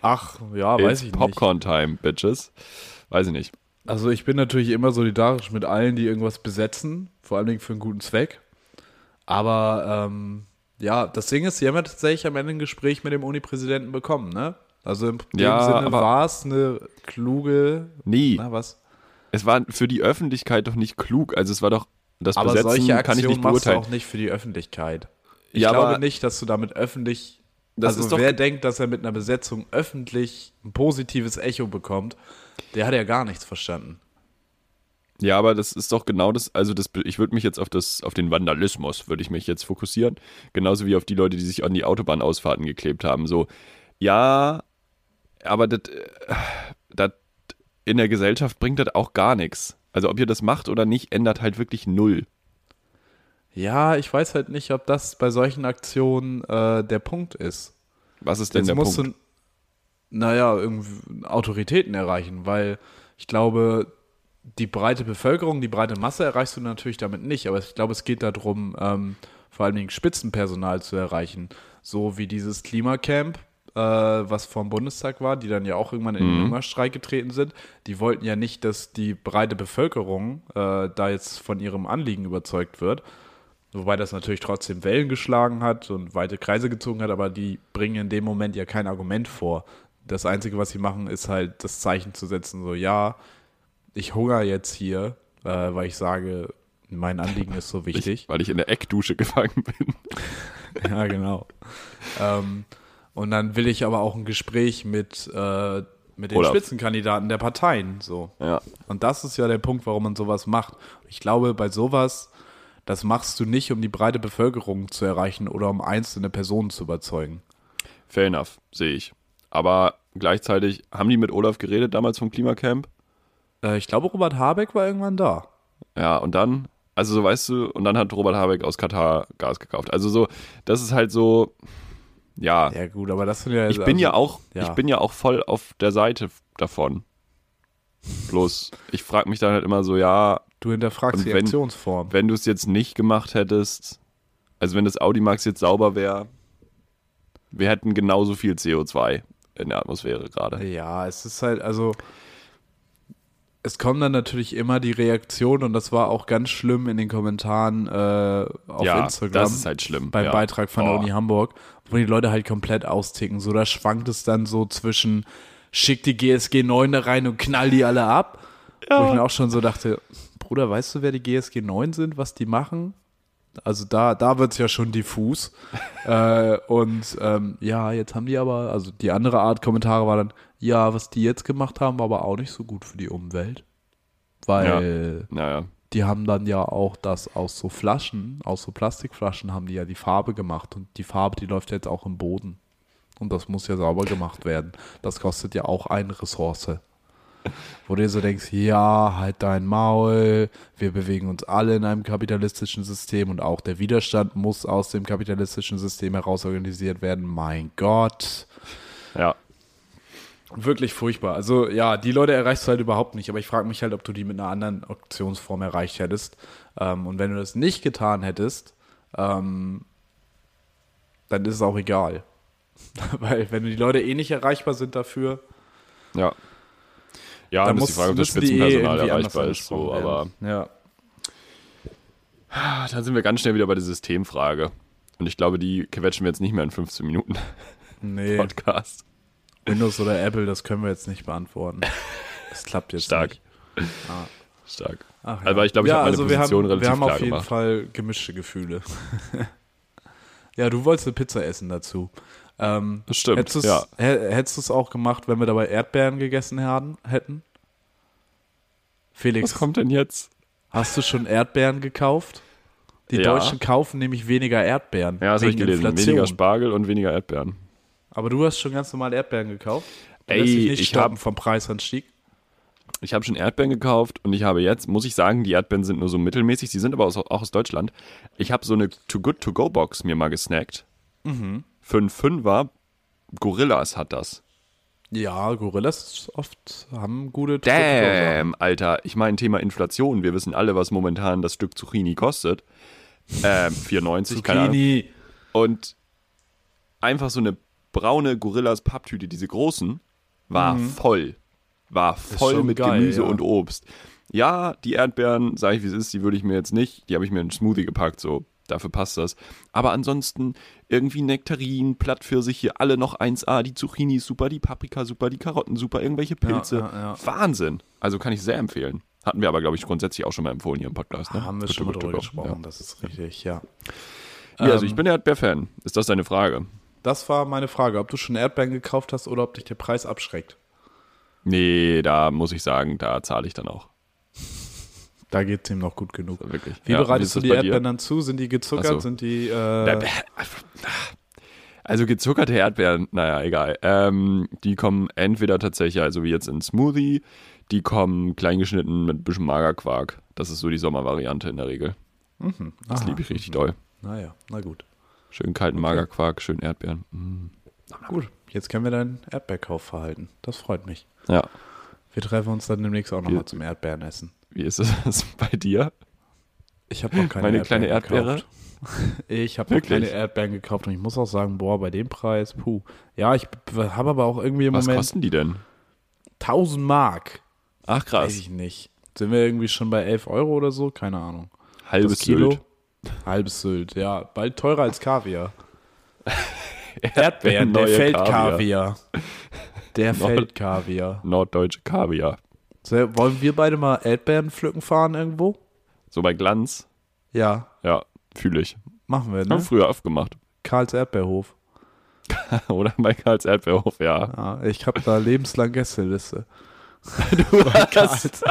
Speaker 1: Ach, ja,
Speaker 2: It's
Speaker 1: weiß ich nicht.
Speaker 2: Popcorn Time, Bitches. Weiß ich nicht.
Speaker 1: Also ich bin natürlich immer solidarisch mit allen, die irgendwas besetzen, vor allen Dingen für einen guten Zweck. Aber ähm, ja, das Ding ist, sie haben ja tatsächlich am Ende ein Gespräch mit dem Uni-Präsidenten bekommen, ne? Also in dem
Speaker 2: Ja,
Speaker 1: Sinne
Speaker 2: aber-
Speaker 1: war es eine kluge,
Speaker 2: Nie.
Speaker 1: na was?
Speaker 2: Es war für die Öffentlichkeit doch nicht klug. Also es war doch das
Speaker 1: Aber
Speaker 2: Besetzen
Speaker 1: solche
Speaker 2: kann ich
Speaker 1: Aktionen
Speaker 2: nicht
Speaker 1: machst du
Speaker 2: beurteilen.
Speaker 1: auch nicht für die Öffentlichkeit. Ich
Speaker 2: Ja,
Speaker 1: glaube
Speaker 2: aber-
Speaker 1: nicht, dass du damit öffentlich,
Speaker 2: Das
Speaker 1: also
Speaker 2: ist doch-
Speaker 1: wer denkt, dass er mit einer Besetzung öffentlich ein positives Echo bekommt, der hat ja gar nichts verstanden.
Speaker 2: Ja, aber das ist doch genau das. Also das, ich würde mich jetzt auf das, auf den Vandalismus würde ich mich jetzt fokussieren, genauso wie auf die Leute, die sich an die Autobahnausfahrten geklebt haben. So, ja, aber das, äh, das in der Gesellschaft bringt das auch gar nichts. Also ob ihr das macht oder nicht, ändert halt wirklich null.
Speaker 1: Ja, ich weiß halt nicht, ob das bei solchen Aktionen äh, der Punkt ist.
Speaker 2: Was ist denn der
Speaker 1: musst
Speaker 2: Punkt?
Speaker 1: du, naja, irgendwie Autoritäten erreichen, weil ich glaube, die breite Bevölkerung, die breite Masse erreichst du natürlich damit nicht. Aber ich glaube, es geht darum, ähm, vor allen Dingen Spitzenpersonal zu erreichen. So wie dieses Klimacamp, äh, was vom Bundestag war, die dann ja auch irgendwann in
Speaker 2: Mhm.
Speaker 1: den Hungerstreik getreten sind. Die wollten ja nicht, dass die breite Bevölkerung äh, da jetzt von ihrem Anliegen überzeugt wird. Wobei das natürlich trotzdem Wellen geschlagen hat und weite Kreise gezogen hat, aber die bringen in dem Moment ja kein Argument vor. Das Einzige, was sie machen, ist halt das Zeichen zu setzen, so ja, ich hungere jetzt hier, äh, weil ich sage, mein Anliegen ist so wichtig.
Speaker 2: Ich, weil ich in der Eckdusche gefangen bin.
Speaker 1: ja, genau. ähm, und dann will ich aber auch ein Gespräch mit, äh, mit den
Speaker 2: Oder-
Speaker 1: Spitzenkandidaten der Parteien. So.
Speaker 2: Ja.
Speaker 1: Und das ist ja der Punkt, warum man sowas macht. Ich glaube, bei sowas, das machst du nicht, um die breite Bevölkerung zu erreichen oder um einzelne Personen zu überzeugen.
Speaker 2: Fair enough, sehe ich. Aber gleichzeitig, haben die mit Olaf geredet damals vom Klimacamp?
Speaker 1: Äh, ich glaube, Robert Habeck war irgendwann da.
Speaker 2: Ja, und dann, also so weißt du, und dann hat Robert Habeck aus Katar Gas gekauft. Also so, das ist halt so, ja.
Speaker 1: Ja, gut, aber das sind ja.
Speaker 2: ich bin ja auch,
Speaker 1: ja.
Speaker 2: ich bin ja auch voll auf der Seite davon. Bloß, ich frage mich dann halt immer so, ja,
Speaker 1: also, Du hinterfragst
Speaker 2: Und
Speaker 1: die
Speaker 2: wenn-
Speaker 1: Aktionsform.
Speaker 2: wenn du es jetzt nicht gemacht hättest, also wenn das Audimax jetzt sauber wäre, wir hätten genauso viel CO2 in der Atmosphäre gerade.
Speaker 1: Ja, es ist halt, also es kommen dann natürlich immer die Reaktionen und das war auch ganz schlimm in den Kommentaren äh, auf
Speaker 2: ja,
Speaker 1: Instagram
Speaker 2: das ist halt schlimm.
Speaker 1: beim
Speaker 2: ja.
Speaker 1: Beitrag von der
Speaker 2: Oh.
Speaker 1: Uni Hamburg, wo die Leute halt komplett austicken. So, da schwankt es dann so zwischen schick die GSG 9 da rein und knall die alle ab. Wo ich mir auch schon so dachte, Bruder, weißt du, wer die GSG 9 sind, was die machen? Also da, da wird es ja schon diffus. äh, und ähm, ja, jetzt haben die aber, also die andere Art Kommentare war dann, ja, was die jetzt gemacht haben, war aber auch nicht so gut für die Umwelt. Weil
Speaker 2: Naja,
Speaker 1: die haben dann ja auch das aus so Flaschen, aus so Plastikflaschen haben die ja die Farbe gemacht und die Farbe, die läuft jetzt auch im Boden. Und das muss ja sauber gemacht werden. Das kostet ja auch eine Ressource. Wo du dir so denkst, ja, halt dein Maul, wir bewegen uns alle in einem kapitalistischen System und auch der Widerstand muss aus dem kapitalistischen System heraus organisiert werden. Mein Gott.
Speaker 2: ja.
Speaker 1: Wirklich furchtbar. Also ja, die Leute erreichst du halt überhaupt nicht. Aber ich frage mich halt, ob du die mit einer anderen Auktionsform erreicht hättest. Ähm, und wenn du das nicht getan hättest, ähm, dann ist es auch egal. Weil wenn die Leute eh nicht erreichbar sind dafür,
Speaker 2: Ja. Ja,
Speaker 1: dann
Speaker 2: dann ist
Speaker 1: muss,
Speaker 2: die Frage, ob das
Speaker 1: müssen die eh
Speaker 2: Spitzenpersonal
Speaker 1: irgendwie anders
Speaker 2: erreichbar ist. So,
Speaker 1: angesprochen
Speaker 2: aber
Speaker 1: werden. ja.
Speaker 2: ah, dann sind wir ganz schnell wieder bei der Systemfrage. Und ich glaube, die quetschen wir jetzt nicht mehr in 15 Minuten
Speaker 1: Nee,
Speaker 2: Podcast.
Speaker 1: Windows oder Apple, das können wir jetzt nicht beantworten. Das klappt jetzt
Speaker 2: Stark.
Speaker 1: nicht. Ah.
Speaker 2: Stark.
Speaker 1: Ach ja.
Speaker 2: Aber ich glaube, ich
Speaker 1: ja,
Speaker 2: habe meine
Speaker 1: also
Speaker 2: Position
Speaker 1: wir haben,
Speaker 2: relativ
Speaker 1: Wir haben
Speaker 2: klar
Speaker 1: auf jeden
Speaker 2: gemacht.
Speaker 1: Fall gemischte Gefühle. ja, du wolltest eine Pizza essen dazu. Äh, Ähm,
Speaker 2: Das stimmt,
Speaker 1: Hättest du es
Speaker 2: ja.
Speaker 1: auch gemacht, wenn wir dabei Erdbeeren gegessen haben, hätten?
Speaker 2: Was
Speaker 1: Felix,
Speaker 2: kommt denn jetzt?
Speaker 1: hast du schon Erdbeeren gekauft? Die
Speaker 2: Ja.
Speaker 1: Deutschen kaufen nämlich weniger Erdbeeren.
Speaker 2: Ja, das habe ich
Speaker 1: wegen
Speaker 2: gelesen.
Speaker 1: Inflation.
Speaker 2: Weniger Spargel und weniger Erdbeeren.
Speaker 1: Aber du hast schon ganz normal Erdbeeren gekauft. Du
Speaker 2: Ey,
Speaker 1: lässt dich nicht
Speaker 2: ich
Speaker 1: stoppen
Speaker 2: hab-
Speaker 1: vom Preisanstieg.
Speaker 2: Ich habe schon Erdbeeren gekauft und ich habe jetzt, muss ich sagen, die Erdbeeren sind nur so mittelmäßig, die sind aber aus, auch aus Deutschland. Ich habe so eine Too Good To Go Box mir mal gesnackt. Für einen Fünfer, Gorillas hat das.
Speaker 1: Ja, Gorillas oft haben gute
Speaker 2: Damn, Alter. Ich meine, Thema Inflation. Wir wissen alle, was momentan das Stück Zucchini kostet. Ähm, 94, keine Ahnung.
Speaker 1: Zucchini.
Speaker 2: Und einfach so eine braune Gorillas-Papptüte, diese großen, war voll. War voll
Speaker 1: Mhm. schon
Speaker 2: mit
Speaker 1: geil,
Speaker 2: Gemüse
Speaker 1: ja.
Speaker 2: und Obst. Ja, die Erdbeeren, sage ich wie es ist, die würde ich mir jetzt nicht. Die habe ich mir in einen Smoothie gepackt, so. Dafür passt das. Aber ansonsten irgendwie Nektarinen, Plattpfirsiche, alle noch 1A, die Zucchini ist super, die Paprika super, die Karotten super, irgendwelche Pilze.
Speaker 1: ja, ja.
Speaker 2: Wahnsinn. Also kann ich sehr empfehlen. Hatten wir aber, glaube ich, grundsätzlich auch schon mal empfohlen hier im Podcast. Ne?
Speaker 1: Haben wir
Speaker 2: Gut,
Speaker 1: schon mal
Speaker 2: gut,
Speaker 1: drüber
Speaker 2: gut, gut.
Speaker 1: gesprochen, Ähm. das ist richtig, ja.
Speaker 2: Ja. ja, also ich bin Erdbeerfan. Ist das deine Frage?
Speaker 1: Das war meine Frage, ob du schon Erdbeeren gekauft hast oder ob dich der Preis abschreckt.
Speaker 2: Nee, da muss ich sagen, da zahle ich dann auch.
Speaker 1: Da geht es ihm noch gut genug.
Speaker 2: Wirklich.
Speaker 1: Wie
Speaker 2: Ja, wie
Speaker 1: bereitest
Speaker 2: ist
Speaker 1: du
Speaker 2: das
Speaker 1: die
Speaker 2: bei dir? Also,
Speaker 1: Erdbeeren dann zu? Sind die gezuckert?
Speaker 2: Ach so.
Speaker 1: Sind die.
Speaker 2: Äh,
Speaker 1: Äh,
Speaker 2: Also gezuckerte Erdbeeren, naja, egal. Ähm, die kommen entweder tatsächlich, also wie jetzt in Smoothie, die kommen kleingeschnitten mit ein bisschen Magerquark. Das ist so die Sommervariante in der Regel. Das
Speaker 1: aha.
Speaker 2: liebe ich richtig doll.
Speaker 1: Naja, Mhm. Ah, na gut.
Speaker 2: Schön kalten Magerquark, schön Erdbeeren. Mm.
Speaker 1: Gut, jetzt kennen wir dein Erdbeerkaufverhalten. Das freut mich.
Speaker 2: Ja,
Speaker 1: Wir treffen uns dann demnächst auch
Speaker 2: Wir-
Speaker 1: nochmal zum Erdbeerenessen.
Speaker 2: wie ist das bei dir?
Speaker 1: Ich habe noch keine
Speaker 2: Meine
Speaker 1: Erdbeeren
Speaker 2: kleine Erdbeere?
Speaker 1: gekauft. Ich habe noch
Speaker 2: Wirklich?
Speaker 1: keine Erdbeeren gekauft und ich muss auch sagen, boah, bei dem Preis, puh. Ja, ich habe aber auch irgendwie im
Speaker 2: Was
Speaker 1: Moment
Speaker 2: kosten die denn?
Speaker 1: 1000 Mark.
Speaker 2: Ach
Speaker 1: Weiß
Speaker 2: krass,
Speaker 1: ich nicht. Sind wir irgendwie schon bei 11 Euro oder so? Keine Ahnung.
Speaker 2: halbes Kilo.
Speaker 1: Halbes Sylt, ja. Bald teurer als Kaviar.
Speaker 2: Erdbeeren,
Speaker 1: der
Speaker 2: neue
Speaker 1: Feldkaviar. Der
Speaker 2: Neu-
Speaker 1: Feldkaviar.
Speaker 2: Norddeutsche Kaviar.
Speaker 1: So, wollen wir beide mal Erdbeeren pflücken fahren irgendwo?
Speaker 2: So bei Glanz,
Speaker 1: Ja,
Speaker 2: ja, fühle ich.
Speaker 1: machen wir,
Speaker 2: Haben
Speaker 1: ne?
Speaker 2: früher oft gemacht.
Speaker 1: Karls Erdbeerhof.
Speaker 2: Oder bei Karls Erdbeerhof, ja.
Speaker 1: Ja, ich habe da lebenslang Gästeliste.
Speaker 2: Das,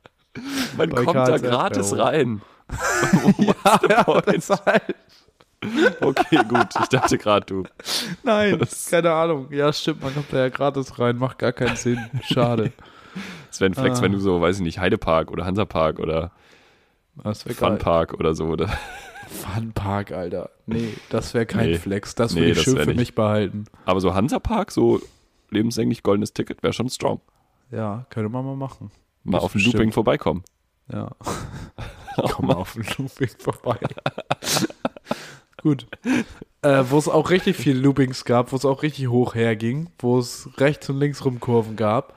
Speaker 2: man
Speaker 1: Bei
Speaker 2: kommt da
Speaker 1: Karls
Speaker 2: gratis
Speaker 1: Erdbeerhof.
Speaker 2: rein. What's the point? okay, gut. Ich dachte gerade, du.
Speaker 1: Nein, keine Ahnung. Ja, stimmt, man kommt da ja gratis rein, macht gar keinen Sinn. Schade.
Speaker 2: Sven Flex,
Speaker 1: Ah.
Speaker 2: wenn du so, weiß ich nicht, Heidepark oder Hansapark oder
Speaker 1: Das wäre geil.
Speaker 2: Funpark oder so. Oder,
Speaker 1: Funpark, Alter. Nee, das wäre kein
Speaker 2: Nee.
Speaker 1: Flex. Das
Speaker 2: Nee,
Speaker 1: würde ich
Speaker 2: das
Speaker 1: schön
Speaker 2: wär
Speaker 1: für
Speaker 2: nicht.
Speaker 1: mich behalten.
Speaker 2: aber so Hansapark, so lebenslänglich goldenes Ticket, wäre schon strong.
Speaker 1: Ja, könnte man mal machen.
Speaker 2: Mal
Speaker 1: Das
Speaker 2: auf dem
Speaker 1: bestimmt.
Speaker 2: Looping vorbeikommen.
Speaker 1: Ja. Komm mal auf den Looping vorbei. Gut. Äh, wo es auch richtig viele Loopings gab, wo es auch richtig hoch herging, wo es rechts und links rum Kurven gab.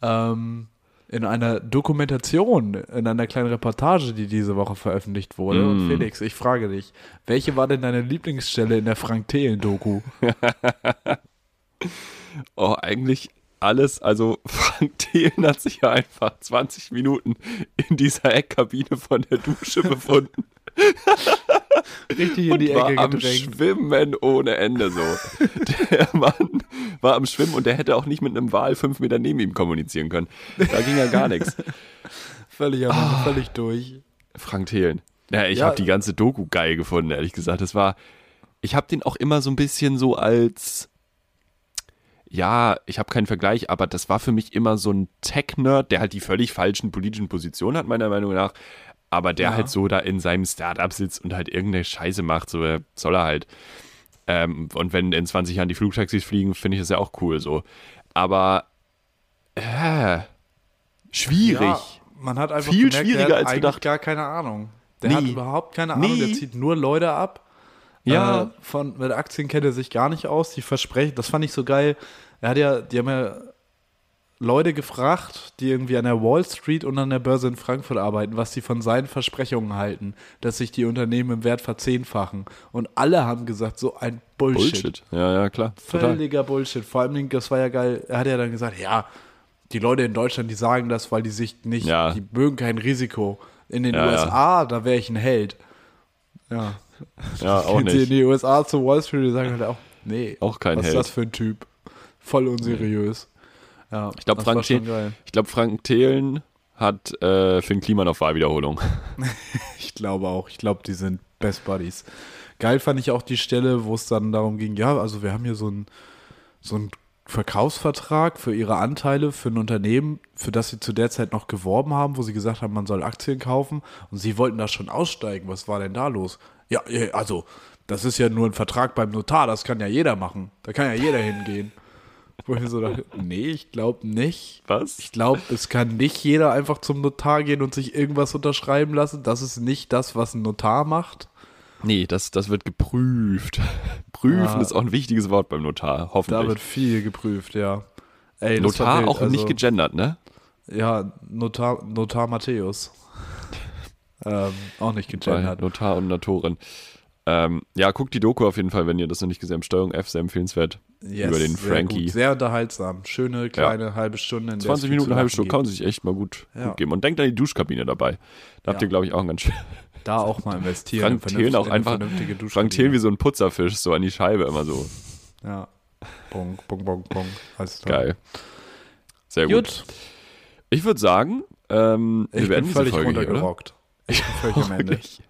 Speaker 1: Ähm, in einer Dokumentation, in einer kleinen Reportage, die diese Woche veröffentlicht wurde. Und
Speaker 2: Mm.
Speaker 1: Felix, ich frage dich, welche war denn deine Lieblingsstelle in der Frank Thelen-Doku?
Speaker 2: Oh, eigentlich alles, also Frank Thelen hat sich ja einfach 20 Minuten in dieser Eckkabine von der Dusche befunden
Speaker 1: Richtig in
Speaker 2: und
Speaker 1: die
Speaker 2: war
Speaker 1: Ecke
Speaker 2: am
Speaker 1: gedrängt.
Speaker 2: Schwimmen ohne Ende so. der Mann war am Schwimmen und der hätte auch nicht mit einem Wal fünf Meter neben ihm kommunizieren können. Da ging ja gar nichts.
Speaker 1: Völlig, am
Speaker 2: Ah,
Speaker 1: Ende, völlig durch.
Speaker 2: Frank Thelen. Ja, ich
Speaker 1: Ja.
Speaker 2: habe die ganze Doku geil gefunden, ehrlich gesagt. Das war, ich habe den auch immer so ein bisschen so als, ja, ich habe keinen Vergleich, aber das war für mich immer so ein Tech-Nerd, der halt die völlig falschen politischen Positionen hat, meiner Meinung nach. Aber der
Speaker 1: Ja.
Speaker 2: halt so da in seinem Startup sitzt und halt irgendeine Scheiße macht, so äh, soll er halt. Ähm, und wenn in 20 Jahren die Flugtaxis fliegen, finde ich das ja auch cool so. Aber äh, schwierig.
Speaker 1: Ja, man hat einfach
Speaker 2: Viel
Speaker 1: gemerkt, der
Speaker 2: schwieriger
Speaker 1: hat
Speaker 2: als
Speaker 1: eigentlich
Speaker 2: gedacht.
Speaker 1: gar keine Ahnung. Der hat
Speaker 2: Nee.
Speaker 1: überhaupt keine Ahnung,
Speaker 2: Nee.
Speaker 1: der zieht nur Leute ab.
Speaker 2: Ja.
Speaker 1: Äh, von, mit Aktien kennt er sich gar nicht aus. Die versprechen, das fand ich so geil. Er hat ja, die haben ja Leute gefragt, die irgendwie an der Wall Street und an der Börse in Frankfurt arbeiten, was sie von seinen Versprechungen halten, dass sich die Unternehmen im Wert verzehnfachen. Und alle haben gesagt, so ein Bullshit.
Speaker 2: Bullshit. Ja, ja, klar. Total.
Speaker 1: Völliger Bullshit. Vor allem, das war ja geil. Er hat ja dann gesagt, ja, die Leute in Deutschland, die sagen das, weil die sich nicht,
Speaker 2: Ja.
Speaker 1: die mögen kein Risiko. In den
Speaker 2: Ja, ja.
Speaker 1: USA, da wäre ich ein Held. Ja,
Speaker 2: Ja, auch
Speaker 1: Gehen Sie in
Speaker 2: nicht.
Speaker 1: die USA zu Wall Street und sagen halt auch, Nee.
Speaker 2: Auch kein
Speaker 1: Was
Speaker 2: Held.
Speaker 1: ist das für ein Typ? Voll unseriös. Ja,
Speaker 2: Ich glaube,
Speaker 1: das war
Speaker 2: Frank,
Speaker 1: schon
Speaker 2: The
Speaker 1: geil.
Speaker 2: ich glaub, Frank Thelen hat äh, Finn Kliman auf Wahlwiederholung.
Speaker 1: Ich glaube auch. Ich glaube, die sind Best Buddies. Geil fand ich auch die Stelle, wo es dann darum ging, ja, also wir haben hier so einen so einen Verkaufsvertrag für ihre Anteile für ein Unternehmen, für das sie zu der Zeit noch geworben haben, wo sie gesagt haben, man soll Aktien kaufen und sie wollten da schon aussteigen. Was war denn da los? Ja, äh, also, das ist ja nur ein Vertrag beim Notar, das kann ja jeder machen. Da kann ja jeder hingehen. Wo ich mir so dachte, nee, ich glaube nicht.
Speaker 2: Was?
Speaker 1: Ich glaube, es kann nicht jeder einfach zum Notar gehen und sich irgendwas unterschreiben lassen. Das ist nicht das, was ein Notar macht.
Speaker 2: Nee, das, das wird geprüft. Prüfen
Speaker 1: Ah.
Speaker 2: ist auch ein wichtiges Wort beim Notar,
Speaker 1: Da
Speaker 2: hoffentlich.
Speaker 1: wird viel geprüft, ja. Ey, das war
Speaker 2: Notar
Speaker 1: wild.
Speaker 2: auch nicht gegendert, ne?
Speaker 1: Ja, Notar, Notar Matthäus. ähm, auch nicht gegendert.
Speaker 2: Bei Notar und Notorin. Ähm, ja, guckt die Doku auf jeden Fall, wenn ihr das noch nicht gesehen habt. Steuerung F, sehr empfehlenswert.
Speaker 1: Yes,
Speaker 2: über den
Speaker 1: sehr
Speaker 2: Frankie.
Speaker 1: Gut. Sehr unterhaltsam. Schöne kleine halbe Stunde. In der es
Speaker 2: 20
Speaker 1: viel
Speaker 2: Minuten,
Speaker 1: zu
Speaker 2: eine halbe
Speaker 1: lachen
Speaker 2: Stunde,
Speaker 1: gibt.
Speaker 2: kann man sich echt mal gut,
Speaker 1: Ja.
Speaker 2: gut geben. Und denkt an die Duschkabine dabei. Da habt
Speaker 1: Ja.
Speaker 2: ihr, glaube ich, auch einen ganz schön.
Speaker 1: Da auch mal investieren.
Speaker 2: Frank
Speaker 1: in
Speaker 2: Thelen
Speaker 1: vernünft-
Speaker 2: auch
Speaker 1: in eine
Speaker 2: einfach.
Speaker 1: vernünftige Duschkabine.
Speaker 2: Frank Thelen wie so ein Putzerfisch, so an die Scheibe immer so.
Speaker 1: Ja. Bong, bong, bong, bong. Alles klar.
Speaker 2: Geil. Sehr gut.
Speaker 1: Gut.
Speaker 2: Ich würde sagen, ähm, wir
Speaker 1: Ich bin
Speaker 2: werden diese
Speaker 1: völlig
Speaker 2: Folge hier, oder? Oh,
Speaker 1: runtergerockt. Ich bin völlig am Ende.
Speaker 2: Wirklich.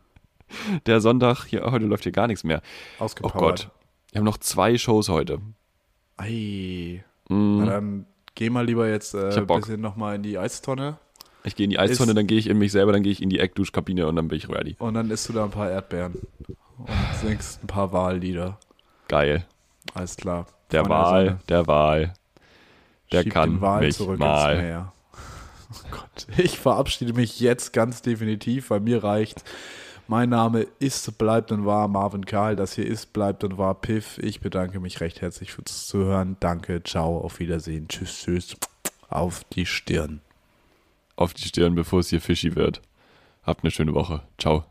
Speaker 2: Der Sonntag, hier, heute läuft hier gar nichts mehr. Oh
Speaker 1: Ausgepowert.
Speaker 2: Gott. Wir haben noch zwei Shows heute.
Speaker 1: Ei. Na dann geh mal lieber jetzt äh,
Speaker 2: Mhm. hab
Speaker 1: ein
Speaker 2: Bock.
Speaker 1: bisschen nochmal in die Eistonne
Speaker 2: Ich gehe in die Eistonne,
Speaker 1: Ist-
Speaker 2: dann gehe ich in mich selber, dann gehe ich in die Eckduschkabine und dann bin ich ready.
Speaker 1: und dann isst du da ein paar Erdbeeren und singst ein paar Wahllieder.
Speaker 2: Geil.
Speaker 1: Alles klar.
Speaker 2: Der
Speaker 1: Freunde
Speaker 2: Wahl,
Speaker 1: Sonne,
Speaker 2: der Wahl. Der
Speaker 1: schiebt
Speaker 2: kann
Speaker 1: den Wal
Speaker 2: mich
Speaker 1: zurück ins
Speaker 2: mal.
Speaker 1: Meer. Oh Gott. Ich verabschiede mich jetzt ganz definitiv, weil mir reicht. Mein Name ist, bleibt und war Marvin Karl. Das hier ist, bleibt und war Piff. Ich bedanke mich recht herzlich fürs Zuhören. Danke, ciao, auf Wiedersehen. Tschüss, tschüss. Auf die Stirn.
Speaker 2: Auf die Stirn, bevor es hier fishy wird. Habt eine schöne Woche. Ciao.